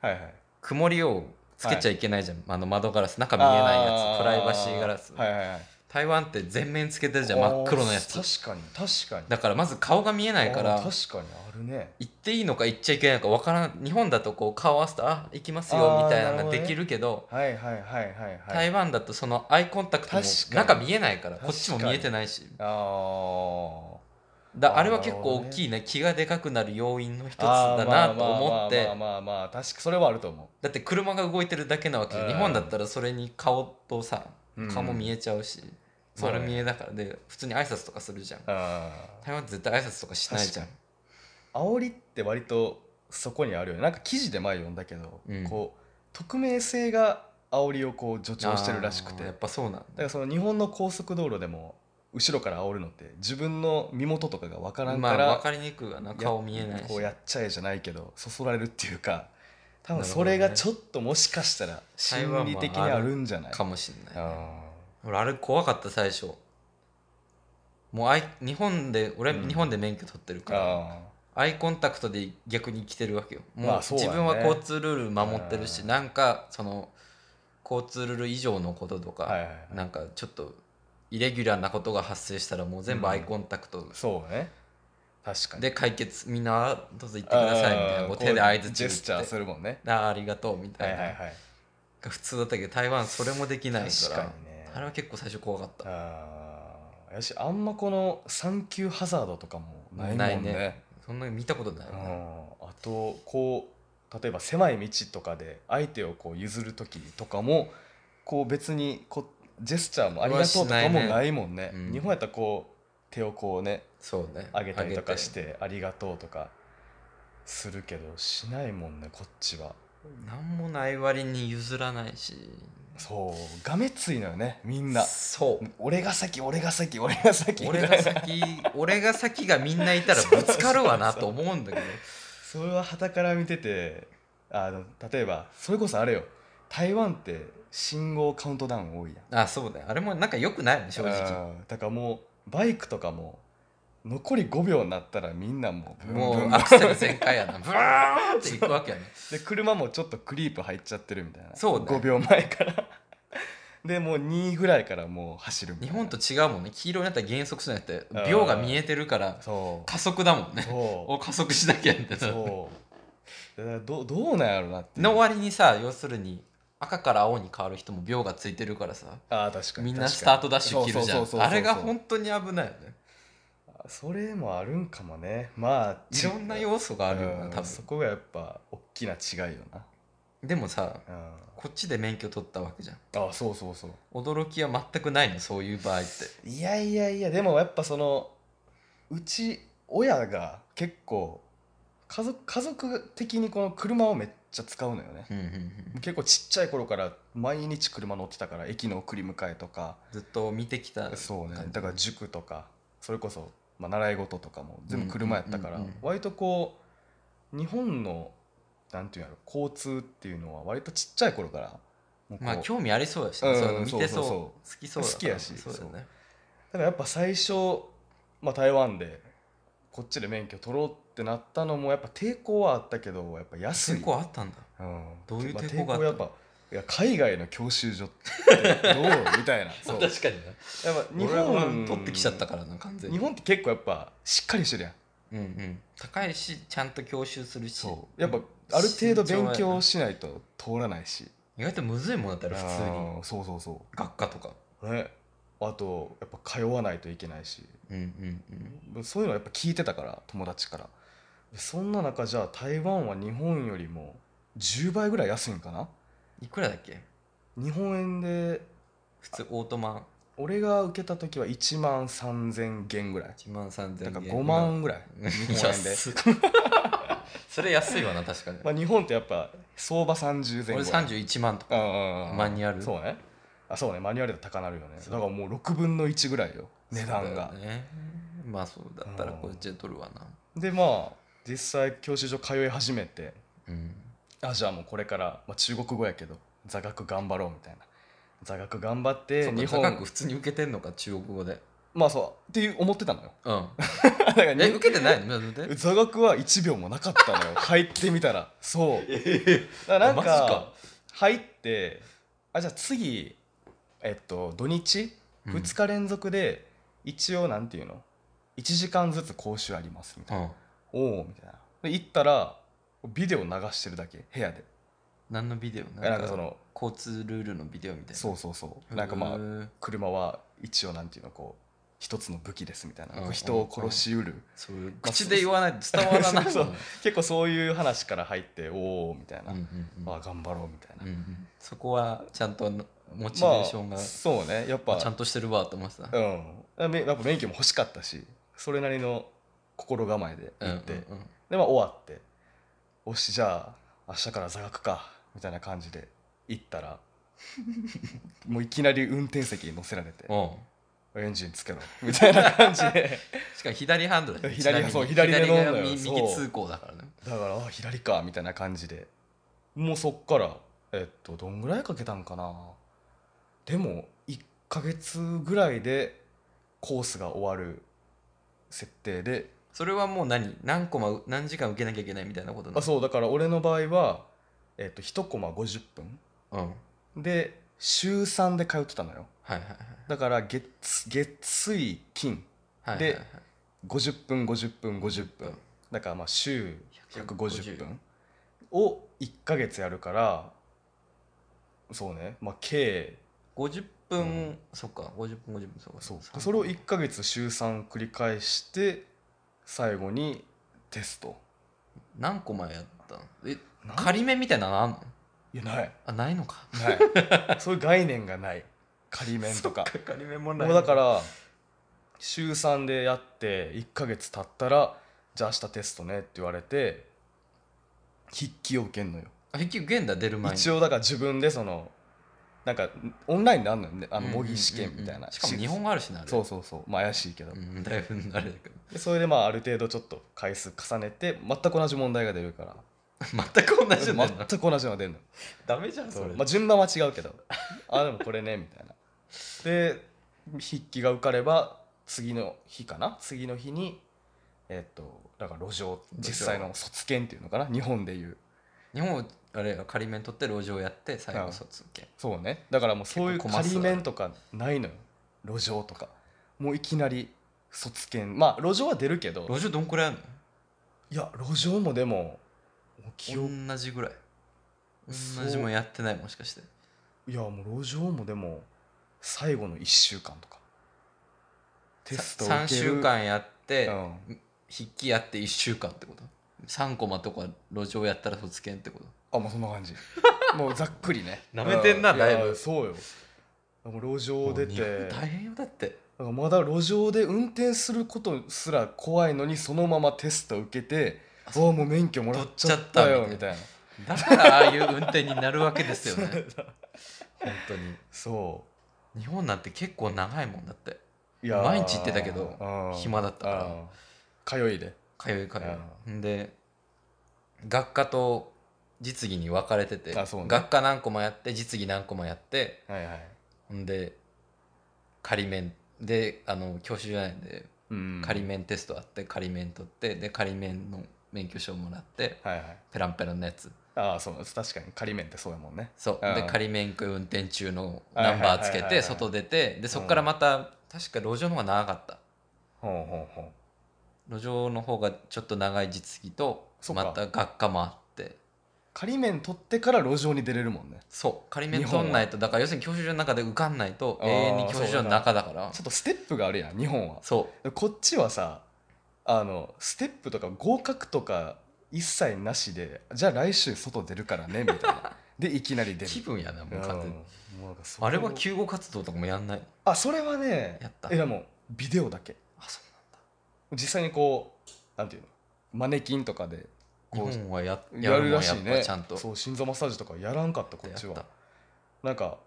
S2: はいはい
S1: 曇りをつけちゃいけないじゃん、あの窓ガラス中見えないや
S2: あー
S1: つプライバシーガラス、
S2: はいはいはい
S1: 台湾って全面つけてるじゃん真っ黒のやつ
S2: あー確かに確かに
S1: だからまず顔が見えないか
S2: あ
S1: ら
S2: ー確かにあるね
S1: 行っていいのか行っちゃいけないのかわからん日本だとこう顔合わせて「あ行きますよ
S2: あ」ー
S1: みたいな
S2: なる
S1: の
S2: ほ
S1: が
S2: ど
S1: で
S2: ね
S1: きるけど
S2: はいはいはいはいはい
S1: 台湾だとそのアイコンタクトも
S2: 確かに
S1: 中見えないから
S2: 確か
S1: こ
S2: に
S1: っちも見えてないし
S2: あー
S1: だ
S2: あー
S1: あれは結構大きいね気がでかくなる要因の一つだなと思っ
S2: まあ
S1: て
S2: まあまあまあまあ確かそれはあると思
S1: だって車が動いてるだけなわけ
S2: う
S1: で
S2: ん
S1: 日本だったらそれに顔とさ
S2: うん
S1: 顔も見えちゃうし
S2: そうね
S1: 丸見えだからで普通に挨拶とかするじゃん
S2: うあ
S1: 台湾絶対挨拶とかしないじゃん
S2: あ煽りって割とそこにあるよねなんか記事で前読んだけど、
S1: うん
S2: こう匿名性が煽りをこう助長してるらしくて
S1: あーや
S2: だ
S1: っ
S2: か
S1: ぱそうなん
S2: らその日本の高速道路でも後ろから煽るのって自分の身元とかが分からん
S1: ま
S2: か
S1: あ
S2: ら、
S1: 分かりにくいわな
S2: や
S1: 顔見えないし
S2: こうやっちゃえじゃないけどそそられるっていうか多分
S1: なるほ
S2: そ
S1: どね
S2: れがちょっともしかしたら心理的にあるんじゃない
S1: かもしんない
S2: あ
S1: 俺あれ怖かった最初もうアイ日本で俺
S2: うん
S1: 日本で免許取ってる
S2: ー
S1: から、
S2: あ
S1: アイコンタクトで逆に来てるわけよもう,、
S2: まあそうだ
S1: 自
S2: よね
S1: 分は交通ルール守ってるし、
S2: うん
S1: なんかその交通ルール以上のこととか、
S2: はいはいはい
S1: なんかちょっとイレギュラーなことが発生したらもう全部アイコンタクト、
S2: ーそうね確かに
S1: で解決みんなどうぞ行ってくださいみたいな
S2: あー
S1: こう手で合図
S2: こうジェスチャーす
S1: る
S2: るもんね
S1: あーありがとうみた
S2: はいい
S1: な、
S2: はいはい
S1: が普通だったけど台湾それもできないか
S2: 確
S1: ら
S2: かにね
S1: あれは結構最初怖かった
S2: あーやしあんまこのサンキューハザードとかもないもん
S1: ない
S2: ね
S1: ねそんなに見たことないよ
S2: うん
S1: ね
S2: あとこう例えば狭い道とかで相手をこう譲る時とかもこう別にこうジェスチャーもありがとうとかもないもんね
S1: うん
S2: 日本やったらこう手をこうね
S1: そうね
S2: 上げたりとかしてありがとうとかするけどしないもんねこっちは
S1: 何もない割に譲らないし
S2: そうがめついのよねみんな
S1: そう
S2: 俺が先俺が先俺が 先
S1: 俺
S2: み
S1: が
S2: たいな
S1: 先俺が先がみんないたらぶつかるわなと思うんだけど
S2: それは傍から見ててあの例えばそれこそあれよ台湾って信号カウントダウン多いやん
S1: あ そうだよあれもなんか良くないよね正直
S2: うんだからもうバイクとかも残り5秒になったらみんなもうブンブン
S1: も
S2: ブ
S1: う
S2: ン
S1: アクセル全開 やなブーンっていくわけやね
S2: で車もちょっとクリープ入っちゃってるみたいな
S1: そうね
S2: 5秒前から でもう2位ぐらいからもう走るみたい
S1: 日
S2: な
S1: 本と違うもんね黄色になったら減速しなくて秒が見えてるから
S2: そう
S1: 加速だもんね
S2: そう
S1: お加速しなきゃみたいな
S2: そうだからどうどうなんやろなっていう
S1: の割にさ要するに赤から青に変わる人も秒がついてるからさ
S2: あー確かに
S1: みんな
S2: 確
S1: スタ
S2: かに
S1: ートダッシュ切るじゃ
S2: そ
S1: ん
S2: うそうそうそうそう
S1: あれが本当に危ないよね
S2: それもあるんかもねまあ
S1: いろんな
S2: 素
S1: 要素があるよな多分
S2: そこがやっぱ大きな違いよな、
S1: でもさ
S2: うん、
S1: こっちで免許取ったわけじゃん
S2: あそうそうそう
S1: 驚きは全くないのそういう場合って
S2: いやいやいやでもやっぱそのうち親が結構家族家族的にこの車をめっちゃ使うのよね
S1: うんうんうん
S2: 結構ちっちゃい頃から毎日車乗ってたから駅の送り迎えとか
S1: ずっと見てきた
S2: そうね
S1: 感じ
S2: だから塾とかそれこそ、まあ、習い事とかも全部車やったから、
S1: うんうんうんうん
S2: 割とこう日本のなんていうんやろ交通っていうのは割とちっちゃい頃からもうこう
S1: まあ興味ありそうやし
S2: う
S1: ね
S2: ん
S1: そういうの見て
S2: そうそう
S1: そ
S2: そう
S1: 好きそうだから
S2: 好きやし
S1: そうだよね
S2: ただやっぱ最初、まあ、台湾でこっちで免許取ろうってなったのもやっぱ抵抗はあったけどやっぱ安い
S1: 結構あったんだ
S2: うん
S1: どういう
S2: まあ
S1: 抵抗があった
S2: やっぱいや海外の教習所ってどう みたいなそうやっ
S1: かにな
S2: ぱ日
S1: 日本
S2: 本
S1: 取ってきちゃったからな完全に
S2: 日本って結構やっぱしっかりしてるやん
S1: うんうん高いしちゃんと教習するし
S2: そうやっぱある程度勉強
S1: し
S2: しないと通らないし
S1: 意外とむずいもんだったら普通
S2: あ
S1: に
S2: ーそうそうそ
S1: 学科とか
S2: うねあとやっぱ通わないといけないし
S1: うんうんうん
S2: そういうのやっぱ聞いてたから友達からそんな中じゃあ台湾は日本よりも10倍ぐらい安いんかない
S1: くらだっけ
S2: 日本円で
S1: 普通オートマ
S2: 俺が受けた時は1万3000元ぐらい
S1: 1万3000
S2: だ
S1: 円
S2: から5万ぐらい
S1: うん
S2: 日本円で、
S1: 安 いそれ安いわな確かに
S2: まあ、日本ってやっぱ相場30前
S1: 俺
S2: 後
S1: 31万とか
S2: うん
S1: マニュアル
S2: そうねあそうねマニュアルで高なるよねだからもう6分の1ぐらいよ値段が、
S1: そうだよねまあそうだったらこっちで取るわな
S2: でまあ実際教習所通い始めて
S1: うん
S2: あじゃあもうこれから、まあ、中国語やけど座学頑張ろうみたいな座学頑張って
S1: そう
S2: 日
S1: か
S2: 本
S1: 高く普通に受けてんのか中国語で
S2: まあそうっていう思って たのよ
S1: うん
S2: だから
S1: え
S2: に
S1: 受けてないのなんで
S2: 座学は1秒もなかったのよ入ってみたらそうだからな
S1: マ
S2: んか
S1: ジか
S2: 入ってあじゃあ次えっと土日
S1: うん
S2: 2日連続で一応なんていうの1時間ずつ講習ありますみたいな、
S1: うん
S2: おおみたいなで行ったらビデオ流してるだけ部屋で
S1: 何のビデオ
S2: なんかその
S1: 交通ルールのビデオみたいな
S2: そうそうそうなんか
S1: う
S2: まあ
S1: ー
S2: 車は一応なんていうのこう一つの武器ですみたいな、
S1: うん
S2: 人を殺しうる、
S1: そういう口で言わないと伝わらない
S2: そう結構そういう話から入っておおみたいな、
S1: うんうんうん
S2: あ頑張ろうみたいな、
S1: うんうんそこはちゃんとモチベーションが
S2: まあ、そうねやっぱ
S1: あちゃんとしてるわと思ってた
S2: うんめやっぱ免許も欲しかったしそれなりの心構えで
S1: うん
S2: 行って、
S1: うんうん
S2: でまあ終わって「おしじゃあ明日から座学か」みたいな感じで行っ たらもういきなり運転席に乗せられて
S1: おう
S2: 「エンジンつけろ」みたいな感じで
S1: しかも左ハンドルだね
S2: 左
S1: ちなみに
S2: そう左で飲んだよ
S1: 左が右
S2: そう
S1: 右通行だからね
S2: だから「あ左か」みたいな感じでもうそっからえっとどんぐらいかけたんかなでも1ヶ月ぐらいでコースが終わる設定で
S1: それはもう何何コマ何時間受けなきゃいけないみたいなことなの
S2: あそうだから俺の場合は、えっと1コマ50分
S1: うんはい
S2: で週3で通ってたのよ
S1: はいはい
S2: だから月月水金
S1: はい
S2: で
S1: はいはいはい
S2: 50分50分50
S1: う
S2: 分
S1: ん
S2: だからまあ週150
S1: 150
S2: 分を1ヶ月やるからそうねまあ計
S1: 50
S2: う
S1: 分そっか50分50分そうか
S2: そうそれを1ヶ月週3繰り返して最後にテスト
S1: 何個前やったのえ
S2: なん
S1: 仮面みたいなのあんの
S2: いやない
S1: あないのか
S2: ないそういう 概念がない仮面とか
S1: そっ仮面も
S2: もうだから週3でやって1ヶ月経ったらじゃあ明日テストねって言われて筆記を受けんのよ
S1: あ結局現代出る前に
S2: 一応だから自分でそのなんかオンラインであんのよねあの模擬試験みたいな、
S1: うんうんうんうんしかも日本語あるしなあれ
S2: そうそうそうまあ怪しいけど、
S1: うんだいぶ慣れだけど
S2: でそれでまあある程度ちょっと回数重ねて全く同じ問題が出るから
S1: 全く同じ
S2: 全
S1: だよな
S2: く同じのが出るの
S1: ダメじゃん
S2: そうまあ、順番は違うけどあでもこれねみたいなで筆記が受かれば次の日かな次の日にえっとだから路上
S1: 路上
S2: 実際の卒検っていうのかな日本でいう
S1: 日本あれ仮面取って路上やって最後卒検
S2: そうねだからもうそういう
S1: 結構コマ数
S2: 仮面とかないのよ路上とかもういきなり卒検まあ路上は出るけど
S1: 路上どんくらいあるの
S2: いや路上もでも記憶
S1: 同じぐらい
S2: そう
S1: 同じもやってないもしかして
S2: いやもう路上もでも最後の1週間とかテストを受け
S1: 3
S2: る
S1: 週間やって、
S2: うん
S1: 筆記やって1週間ってこと3コマとか路上やったら卒検ってこと
S2: あもうそんな 感じもうざっくりね
S1: なめてんな
S2: う
S1: だいぶ
S2: やそうよもう路上出て
S1: もう日本
S2: だ
S1: 大変よだって
S2: からまだ路上で運転することすら怖いのにそのままテスト受けてああもう免許もらっちゃったよ
S1: 取
S2: み
S1: っち
S2: たいな
S1: だからああいう運転になるわけですよ ね
S2: そうだ
S1: 本当に
S2: そ
S1: 日本なんて結構長いもんだって
S2: ういやー
S1: 毎日行ってたけど
S2: うん
S1: 暇だったから
S2: うん通いで
S1: 通い通いんで学科と実技に分かれてて、
S2: あそうね
S1: 学科何個もやって実技何個もやって
S2: はいはい
S1: ほんで仮免であの教習じゃないんで
S2: うん
S1: 仮免テストあって仮免取ってで仮免の免許証もらって
S2: はいはい
S1: ペランペランのやつ
S2: ああそうです確かに仮免ってそうやもんね
S1: そう
S2: うん
S1: で仮免許運転中のナンバーつけ
S2: はいはいはいはいは
S1: て
S2: い
S1: 外出てでそこからまた確か路上の方が長かった
S2: ほうほうほう
S1: 路上の方がちょっと長い実技と
S2: そうか
S1: また学科もあって
S2: 仮免取ってから路上に出れるもんね
S1: そう仮免取んないとだから要するに教習所の中で受かんないと
S2: あ
S1: 永
S2: ー
S1: 遠に教習所の中だから
S2: ちょっとステップがあるやん日本は
S1: そう
S2: こっちはさあのステップとか合格とか一切なしでじゃあ来週外出るからねみたいなでいきなり出る
S1: 気分やなもう完全に
S2: うんもうなんかそこ
S1: あれは救護活動とかもやんない
S2: あそれはね
S1: やった
S2: えでもビデオだけ
S1: あそう
S2: 実際にこうなんていうのマネキンとかでこ
S1: 日
S2: う
S1: 本はや
S2: やるらしい
S1: やるもんやっ
S2: ね
S1: ぱちゃんと
S2: そう心臓マッサージとかやらんかったこっち
S1: や
S2: は
S1: っ
S2: なんか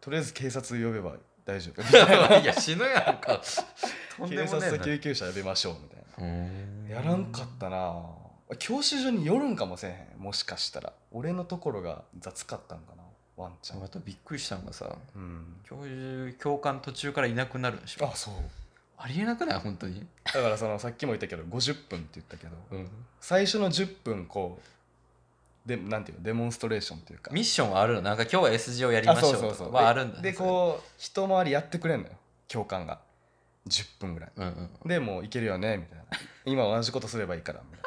S2: とりあえず警察呼べば大丈夫
S1: た いや死ぬやんかとんで
S2: 警
S1: もね
S2: 察と
S1: え
S2: 救急車呼びましょうみたい
S1: な
S2: な
S1: うー
S2: やらんかったな教習所によるんかもせえへんもしかしたら俺のところが雑かったんかなワンちゃん
S1: またびっくりしたのがさ
S2: うん
S1: 教授教官途中からいなくなるんでしょ
S2: あそう
S1: ありえなくない本当に、
S2: だからそのさっきも言ったけど50分って言ったけど最初の10分こうでなんていうのデモンストレーションというか
S1: ミッションはあるのなんか今日は S 字をやりましょうとか
S2: で
S1: はあるんだね
S2: で
S1: それ
S2: こう一回りやってくれんのよ教官が10分ぐらい
S1: うんうん
S2: でもういけるよねみたいな今同じことすればいいからみたい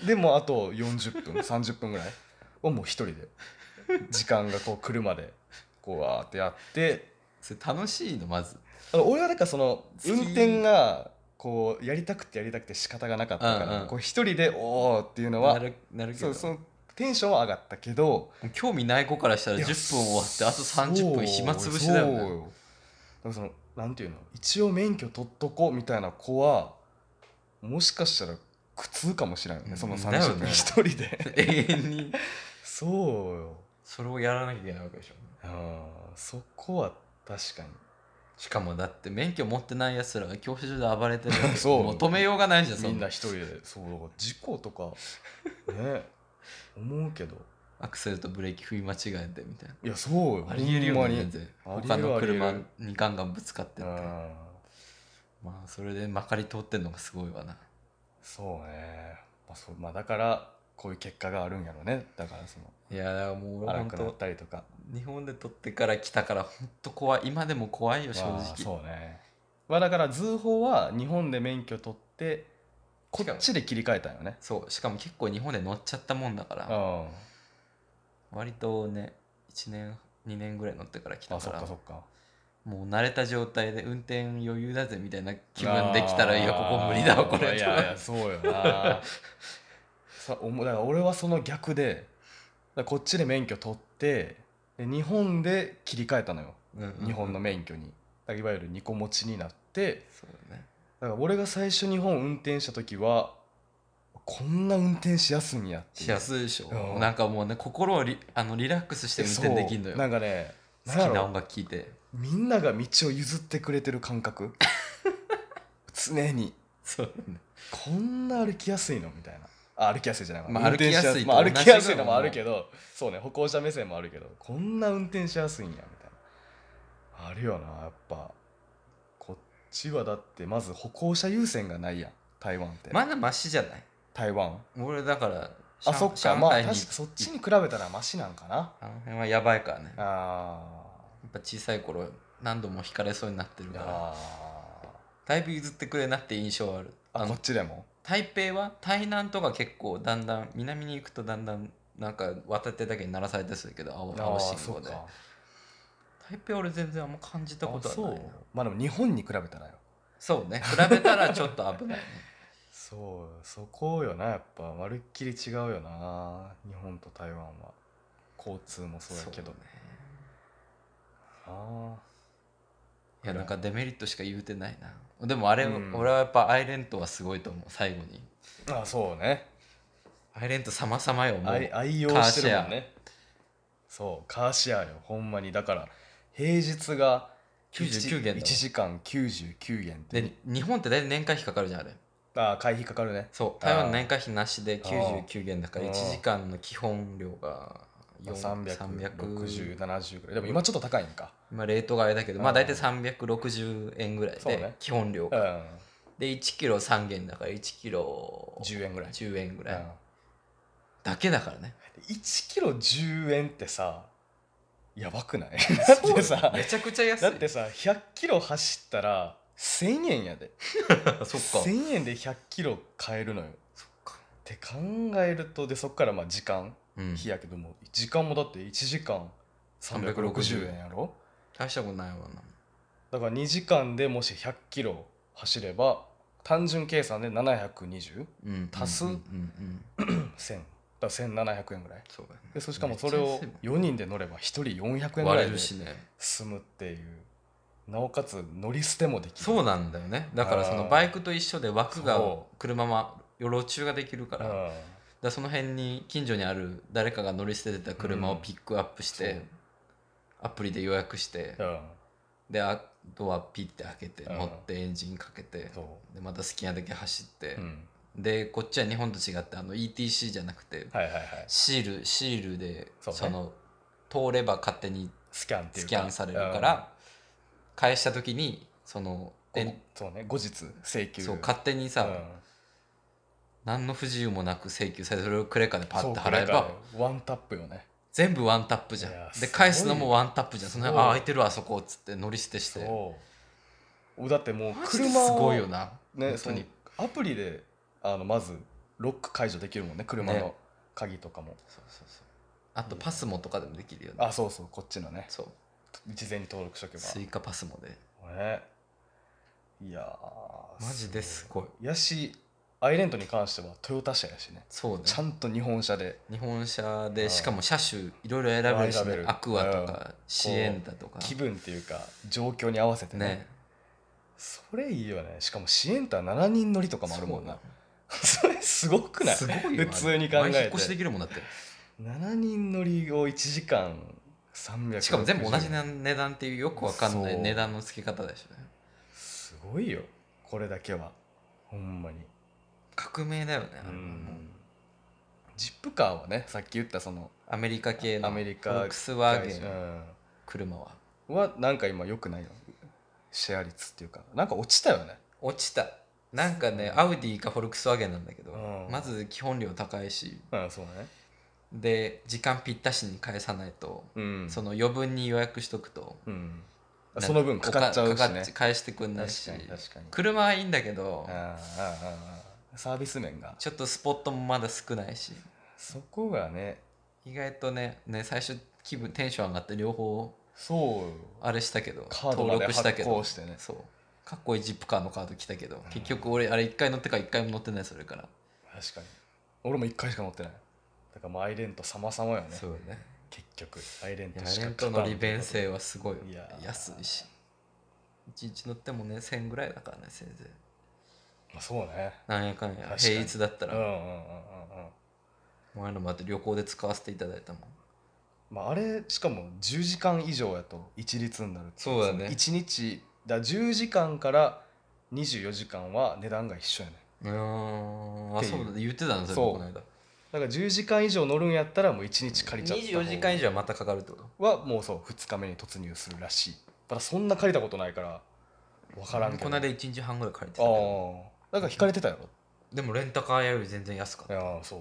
S2: なでもうあと40分30分ぐらいをもう一人で時間がこう来るまでこうわーってやって
S1: それ楽しいのまず
S2: あの俺はなんかその
S1: 好き
S2: 運転がこうやりたくてやりたくて仕方がなかったから、
S1: うんうん
S2: こう一人でおーっていうの
S1: な
S2: は
S1: るなるけ
S2: そ
S1: ど
S2: うそのテンションは上がったけど
S1: 興味ない子からしたら
S2: いや
S1: 10分終わってあと30分暇つぶしだよ
S2: そう
S1: ね
S2: よだからそのなんていうの一応免許取っとこうみたいな子はもしかしたら苦痛かもしれないよねその
S1: うんだよね
S2: 30分一人 で
S1: 永遠に
S2: そうよ
S1: それをやらなきゃいけないわけでしょ
S2: あーそこは確か
S1: しかもだって免許持ってないやつらが教習所で暴れてるわけ
S2: そう
S1: 求めようがないじゃんそ
S2: にみん
S1: ん
S2: な
S1: な
S2: 一人でそうだから事故とかね 思うけど
S1: アクセルとブレーキ踏み間違えてみたいない
S2: やそうよ
S1: ありえる
S2: ほ
S1: よ
S2: ん
S1: ね
S2: ま
S1: 全
S2: に
S1: 然
S2: ありえる
S1: 他の
S2: あ
S1: 車
S2: りえる
S1: にガンガンぶつかってって
S2: うん
S1: まあそれでまかり通ってんのがすごいわな
S2: そうね、まあ、そうまあだからこういう結果があるんやろねだからその
S1: いやだからもう俺
S2: 荒
S1: 本
S2: くなっ
S1: 当
S2: たりとか
S1: 日本で取ってから来たから本当怖い今でも怖いよ正
S2: まあ
S1: 直
S2: そうね、まあ、だから通報は日本で免許取ってこっちで切り替えたんよね
S1: そうしかも結構日本で乗っちゃったもんだから
S2: あ
S1: 割とね1年2年ぐらい乗ってから来
S2: あ
S1: た
S2: あそ
S1: から
S2: っかそっか
S1: もう慣れた状態で運転余裕だぜみたいな気分できたらいやここ無理だわこ
S2: あ
S1: れ
S2: ーいやいやそうよなさおもだから俺はその逆でだからこっちで免許取ってで日本で切り替えたのよ
S1: うんうんうん
S2: 日本の免許にだからいわゆる2個持ちになって
S1: そうだね
S2: だから俺が最初日本運転した時はこんな運転しやすいんやっていう
S1: しやすいでし
S2: う
S1: ょ
S2: ん
S1: なんかもうね心をリあのリラックスして運転できるのよ
S2: そうなんかね
S1: 好き
S2: なんや
S1: な
S2: ろ
S1: 音楽聴いて
S2: みんなが道を譲ってくれてる感覚 常に
S1: そうだね
S2: こんな歩きやすいのみたいなあ歩きやすいじゃないわ
S1: まあ
S2: 運転
S1: 歩
S2: し
S1: きやすいと
S2: まあ、
S1: 同じぐ
S2: 歩
S1: らい
S2: きやすいのもあるけどそうね歩行者目線もあるけどこんな運転しやすいんやみたいなあるよなやっぱこっちはだってまず歩行者優先がないやん台湾って、
S1: まだマシじゃない
S2: 台湾
S1: 俺だから
S2: あそっかまあ確かそっち
S1: に
S2: に比べたらマシなんかな
S1: あの辺はやばいからねやっ
S2: あー
S1: ぱ小さい頃何度も惹かれそうになってる
S2: い
S1: か
S2: や
S1: ら
S2: ー
S1: だいぶ譲ってくれなって印象はある
S2: あ
S1: あ
S2: こ
S1: の
S2: っちでも
S1: 台北は台南とか結構だんだん南に行くとだんだんなんか渡ってだけにならされてするけど青
S2: あ
S1: 青
S2: ー
S1: 信
S2: そ
S1: 号
S2: う
S1: で
S2: か
S1: 台北俺全然あんま感じたこと
S2: あそ
S1: はないうな
S2: まあでも日本に比べたらよ
S1: そうね比べたらちょっと危ないね
S2: そうそこよなやっぱまるっきり違うよな日本と台湾は交通も そうやけど
S1: ね
S2: あ
S1: いやなんかデメリットしか言うてないなでもあれ、
S2: うん
S1: 俺はやっぱアイレントはすごいと思う最後に
S2: ーあそうね
S1: アイレント様々よもう
S2: 愛愛用してるもんねそうカーシェアよほんまにだから平日が
S1: 99元だ
S2: 1
S1: ろ
S2: 時間99元って
S1: で日本って大体年会費かかるじゃんあれ
S2: あー会費かかるね
S1: そう
S2: あー
S1: 台湾年会費なしで
S2: あー
S1: 99元だから
S2: うん
S1: 1時間の基本料が4 300
S2: 360ぐらいでも今ちょっと高いんか
S1: まあレートがあれだけどまあ
S2: うん
S1: 大体360円ぐらい
S2: そう
S1: で
S2: ね
S1: 基本料
S2: う
S1: が
S2: ん
S1: で1キロ3元だから1キロ
S2: 10円ぐらい
S1: 10円ぐら
S2: う
S1: い
S2: ん
S1: だけだからね
S2: 1キロ10円ってさやばくない
S1: そ
S2: だっ
S1: う
S2: てさ
S1: めちゃくちゃ安い
S2: だってさ100キロ走ったら1000円やで
S1: そっか
S2: 1000円で100キロ買えるのよっ
S1: そっか
S2: て考えるとでそっからまあ時間
S1: うん
S2: 日やけども時間もだって1時間360円やろ
S1: 大したことないわな
S2: だから2時間でもし100キロ走れば単純計算で7201000
S1: うん
S2: 足す
S1: うんうんうん
S2: だから1700円ぐらい
S1: そうだね
S2: でそしかもそれを
S1: めっちゃ安い
S2: 4人で乗れば1人400円ぐ
S1: もん
S2: ら
S1: 割
S2: い
S1: れ
S2: で
S1: るしね
S2: 済むっていうなおかつ乗り捨てもできる
S1: そうなんだよねだからそ
S2: あ
S1: の
S2: ー
S1: バイクと一緒で枠が
S2: そ
S1: 車も路中ができるからだか
S2: うん
S1: らその辺に近所にある誰かが乗り捨ててた車をピックアップして、
S2: うんそう
S1: アプリで予約して
S2: うん
S1: であとはピッて開けて
S2: うん
S1: 乗ってエンジンかけて
S2: そ
S1: でまた好きなだけ走って
S2: う、う、ん、
S1: でこっちは日本と違ってあの ETC じゃなくて
S2: はいはいはい
S1: シールシールで
S2: そうね
S1: その通れば勝手に
S2: スキャンっていう
S1: ス
S2: か
S1: キャンされるから返した時にその
S2: うん
S1: え
S2: そうね後日請求
S1: そう勝手にさ、
S2: うん
S1: 何の不自由もなく請求されてそれをクレカでパッて払え
S2: そう
S1: ば
S2: これがワンタップよね
S1: 全部ワンタップじゃん
S2: いやすご
S1: で
S2: い
S1: 返すのもワンタップじゃんその
S2: そう
S1: 辺あ空いてるわあそこっつって乗り捨てして
S2: そうだっても
S1: マ
S2: う
S1: ジです
S2: 車を
S1: ごいよな
S2: ね
S1: 本
S2: そ
S1: 当
S2: の
S1: に
S2: アプリであのまずロック解除できるもんね車
S1: ね
S2: の鍵とかも、
S1: そうそうそうあとパスモとかでもできるよね
S2: あそうそうこっちのね
S1: そう
S2: 事前に登録しとけば
S1: スイカパスモで
S2: ねいやー
S1: マジですごい
S2: やしアイレントに関してはトヨタ車やしね
S1: そうね
S2: ちゃんと日本車で
S1: 日本車
S2: う
S1: で
S2: ん
S1: しかも車種いろいろ選べるし
S2: 選べ
S1: ね
S2: る
S1: アクアとかシエンダとか
S2: 気分っていうか状況に合わせてね
S1: ね
S2: それいいよねしかもシエンタ7人乗りとかもあるもんな それすごくない
S1: すごいよ
S2: 普通に考
S1: あれ前引っ
S2: え
S1: 越しで
S2: て
S1: きるもんだって
S2: 7人乗りを1時間300
S1: しかも全部同じな値段っていうよくわかんない
S2: そう
S1: 値段の付け方でしょね
S2: すごいよこれだけはほんまに
S1: 革命だよねあれ
S2: う
S1: はもうん
S2: ジップカーはねさっき言ったその
S1: アメリカ系の
S2: アメリカ
S1: フォルクスワーゲン
S2: ン
S1: 車は
S2: はなんか今良くないよシェア率っていうかなんか落ちたよね
S1: 落ちたなんかね
S2: そ
S1: ア
S2: う
S1: ウディかフォルクスワーゲンなんだけど
S2: うん
S1: まず基本料高いし
S2: うんそうね
S1: で時間ぴったしに返さないと
S2: うん
S1: その余分に予約しとくと
S2: うん
S1: なん
S2: その分かかっちゃうし
S1: かか
S2: ね
S1: っち返してくんない
S2: 確
S1: し
S2: かに確かに
S1: 車はいいんだけど
S2: あーあーあーサービス面が
S1: ちょっとスポットもまだ少ないし
S2: そこがね
S1: 意外とねね最初気分テンション上がって両方
S2: そうよ
S1: あれしたけど
S2: カード
S1: 登
S2: まで
S1: 録したけ
S2: 発
S1: ど
S2: 行してね
S1: そうかっこいいジップカーのカード来たけど結局俺あれ1回乗ってから1回も乗ってないそれから
S2: 確かに俺も1回しか乗ってないだからもうアイレント様々よね
S1: そうよね
S2: 結局アイレン
S1: い
S2: ト
S1: や
S2: し
S1: レ
S2: か
S1: ント
S2: 勝
S1: の
S2: たん
S1: 利便性はすごいよ
S2: いやー
S1: 安いし1日乗ってもね1000ぐらいだからねせいぜい
S2: まあそうね
S1: なんやかんや
S2: 確かに
S1: 平日だった
S2: うんうんうん
S1: ら
S2: うんうん
S1: 前のまた旅行で使わせていただいたもん
S2: まああれしかも10時間以上やと一律になるってい
S1: そうだね
S2: 1日だから10時間から24時間は値段が一緒やね
S1: うーん
S2: っ
S1: あ
S2: ていう
S1: そうだ言ってたのそれ
S2: そう
S1: この間
S2: だから10時間以上乗るんやったらもう1日借りちゃった
S1: 24時間以上はまたかかるってこと
S2: はもうそう2日目に突入するらしいただそんな借りたことないから分からんけど
S1: この間1日半ぐらい借りてたけど
S2: ああだから引かれてたやろ
S1: でもレンタカー屋より全然安かっ
S2: い
S1: た
S2: やーそう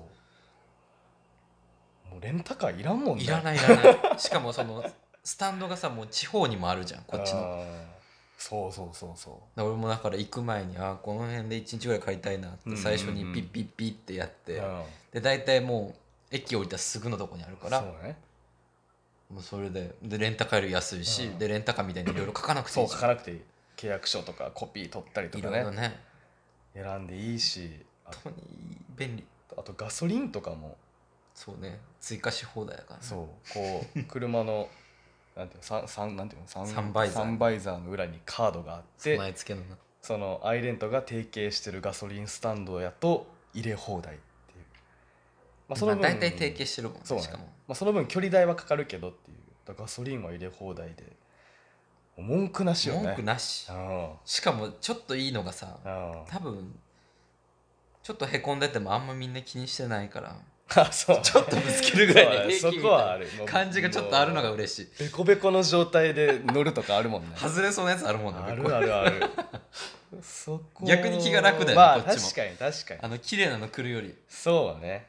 S2: もうレンタカーいらんもんね
S1: い らないいらないしかもそのスタンドがさもう地方にもあるじゃんこっちの
S2: あそうそうそうそ
S1: だから俺もだから行く前にあーこの辺で1日ぐらい帰りたいなっ
S2: うんうん
S1: て
S2: うん
S1: 最初にピッピッピッってやって、
S2: う、うん、
S1: で大体もう駅降りたらすぐのとこにあるから
S2: そうね
S1: もうそれででレンタカーより安いし、
S2: うん
S1: でレンタカーみたいにいろいろ書かなくて
S2: そ
S1: いういし
S2: 書かなくていい契約書とかコピー取ったりと
S1: い
S2: か
S1: ろいろ
S2: ね
S1: ね
S2: 選んでいいしあ
S1: 本当に便利
S2: あとガソリンとかも
S1: そうね追加し放題やからね、
S2: そうこう車のなんていうのサンサンなんていうのサン
S1: サンバイザー
S2: サンバイザーの裏にカードがあって
S1: 備え付けのな
S2: そのアイレントが提携してるガソリンスタンドやと入れ放題っていう、まあ、その分
S1: まあ大体提携してるもんね
S2: そうね
S1: しかも
S2: まあ、その分距離代はかかるけどっていうだからガソリンは入れ放題で文句なしよね
S1: 文句なし
S2: うん
S1: しかもちょっといいのがさ
S2: うん
S1: 多分ちょっとへこんでてもあんまみんな気にしてないから
S2: あそう
S1: ちょっとぶつけるぐらいで
S2: そ
S1: 平気
S2: うね
S1: み
S2: そこは
S1: た
S2: あ
S1: い
S2: る
S1: な感じがちょっとあるのが嬉しい
S2: ベコベコの状態で乗るとかあるもん ね
S1: 外れそうなやつあるもんね
S2: あ
S1: これ
S2: るあるあるそこ
S1: 逆に気が楽だよね
S2: ま
S1: こ
S2: あ
S1: っちも
S2: 確かに確かに
S1: あの綺麗なの来るより
S2: そうね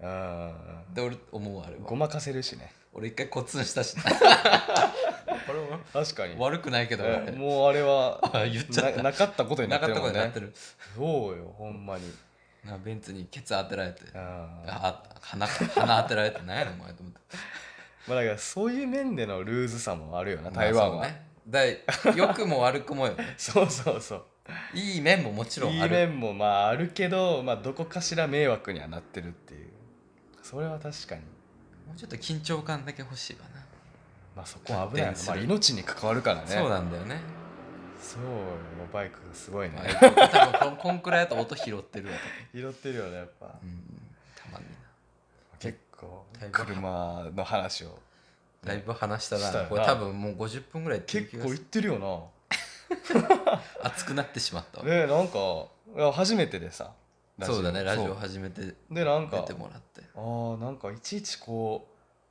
S2: うん
S1: で俺思うあれ
S2: ご
S1: は
S2: まかせるしね
S1: 俺一回コツンしたしこれも
S2: 確かに
S1: 悪くないけど俺
S2: えもうあれは
S1: 言っちゃった
S2: ななかったことにな
S1: な
S2: って
S1: かったこと
S2: るもん
S1: にな
S2: ね
S1: ってる
S2: そうよほんまに
S1: なベンツにケツ当てられて
S2: うんまあ
S1: あ鼻か鼻当てられてなんやろお前と思って
S2: だからそういう面でのルーズさもあるよな
S1: まあ
S2: 台湾は、
S1: そうねだ良くも悪くもよ
S2: そうそうそう
S1: いい面ももちろん
S2: い
S1: あ
S2: い
S1: る
S2: 面もまああるけど、まあ、どこかしら迷惑にはなってるっていうそれは確かに
S1: もうちょっと緊張感だけ欲しいわな、
S2: まあそこは危ないよ
S1: 発展す
S2: ま
S1: る
S2: あ、命に関わるからね
S1: そうなんだよね、
S2: そうよバイクすごいね
S1: まあ、多分こんこ んくらいだと音拾ってるわ、
S2: 拾ってるよねやっぱ
S1: うん、たまに
S2: 結構
S1: だいぶ
S2: 車の話 を
S1: なだいぶ話した
S2: したよ
S1: ら
S2: な
S1: これ多分もう50分ぐらいっていう気
S2: 結
S1: が
S2: 構
S1: す
S2: 行っ
S1: る
S2: てるよ
S1: 熱くなってしまった
S2: な
S1: わ
S2: ねなんかいや初めてでさラジオ
S1: そうだねラジ
S2: そ
S1: オ
S2: う
S1: 始めて
S2: でなん
S1: 出
S2: か
S1: てもらって
S2: あーなんかいちいちこ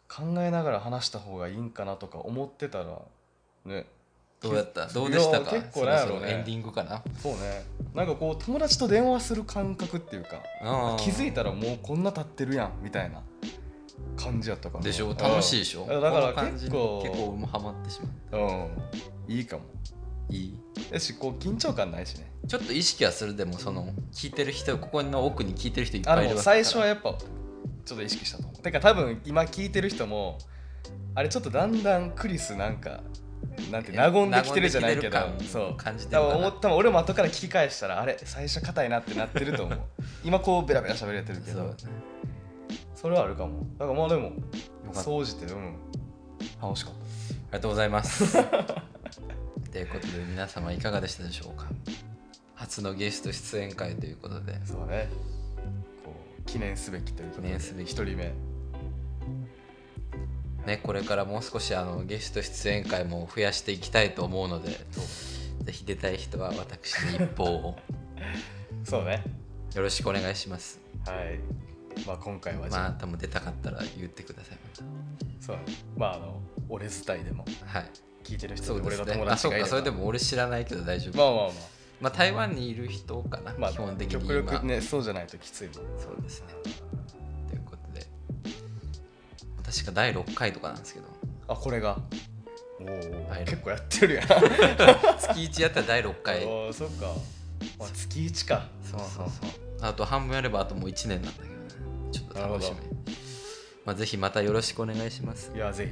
S2: う考えながら話した方がいいんかなとか思ってたらね
S1: どうやった
S2: け
S1: どうでしたか
S2: いや結構なんやろ
S1: そろ
S2: うね
S1: そろエンディングかな
S2: そうねなんかこう友達と電話する感覚っていうか気づいたらもうこんな経ってるやんみたいな感じやったから
S1: でしょ楽しい
S2: い、
S1: でしょ
S2: だから
S1: この感じに
S2: 結構
S1: 結構俺もハマってしまう
S2: うん、いいかも
S1: いい
S2: やしこう緊張感ないしね
S1: ちょっと意識はするでもその聞いてる人ここの奥に聞いてる人いっ
S2: あ
S1: ぱいいる
S2: の
S1: わけだから
S2: 最初はやっぱちょっと意識したと思うてか多分今聞いてる人もあれちょっとだんだんクリスなんかなんて和んできてるじゃないけど
S1: 和んできてる
S2: そ
S1: 感
S2: う
S1: 感じて
S2: 多
S1: るか
S2: 分
S1: な
S2: 思ったもん俺も後から聞き返したらあれ最初硬いなってなってると思う今こうベラベラ喋れてるけ
S1: そう
S2: ど
S1: ね
S2: それはあるかもだからまあでも
S1: よかったあ
S2: 総じてうん楽しかった
S1: りがとうございます ということで皆様いかがでしたでしょうか初のゲスト出演会ということで
S2: そうねこう記念すべきということで
S1: 記念すべき
S2: 1人目
S1: ねこれからもう少しあのゲスト出演会も増やしていきたいと思うのでぜひ出たい人は私に一報 を
S2: そうね
S1: よろしくお願いします
S2: はいまあ今回はじゃあ、
S1: またも出たかったら言ってください
S2: そうまああの俺伝いでも
S1: またはい
S2: 聞いてる人
S1: そう
S2: で
S1: で
S2: 俺
S1: す
S2: の友
S1: ねあ
S2: 達
S1: そ
S2: が
S1: う
S2: いれ
S1: か
S2: ば
S1: それでも俺知らないけど大丈夫
S2: まあまあま
S1: まあ台湾にいる人かな、
S2: まあ
S1: 基本的
S2: あ
S1: に
S2: 極
S1: 今
S2: 力ねそうじゃないときついもん
S1: そうですねということで確か第6回とかなんですけど
S2: あこれがおお
S1: はい
S2: 結構やってるやん
S1: 月1やったら第6回
S2: おーそっかあ月1か
S1: そうそうそうあと半分やればあともう1年なんだけどねちょっと楽し
S2: なる
S1: みまあぜひまたよろしくお願いします
S2: いやぜ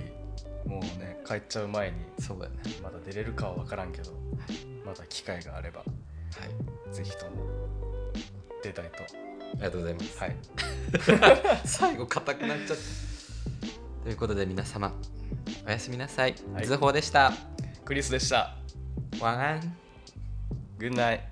S2: ひもうね帰っちゃう前に
S1: そうだね
S2: まだ出れるかは分からんけどまた機会があれば
S1: はい
S2: ぜひとも出たいと
S1: ありがとうございます
S2: はい
S1: 最後硬くなっちゃったということで皆様おやすみなさい、
S2: はい
S1: 図報でした
S2: クリスでした
S1: わあん
S2: グッナイ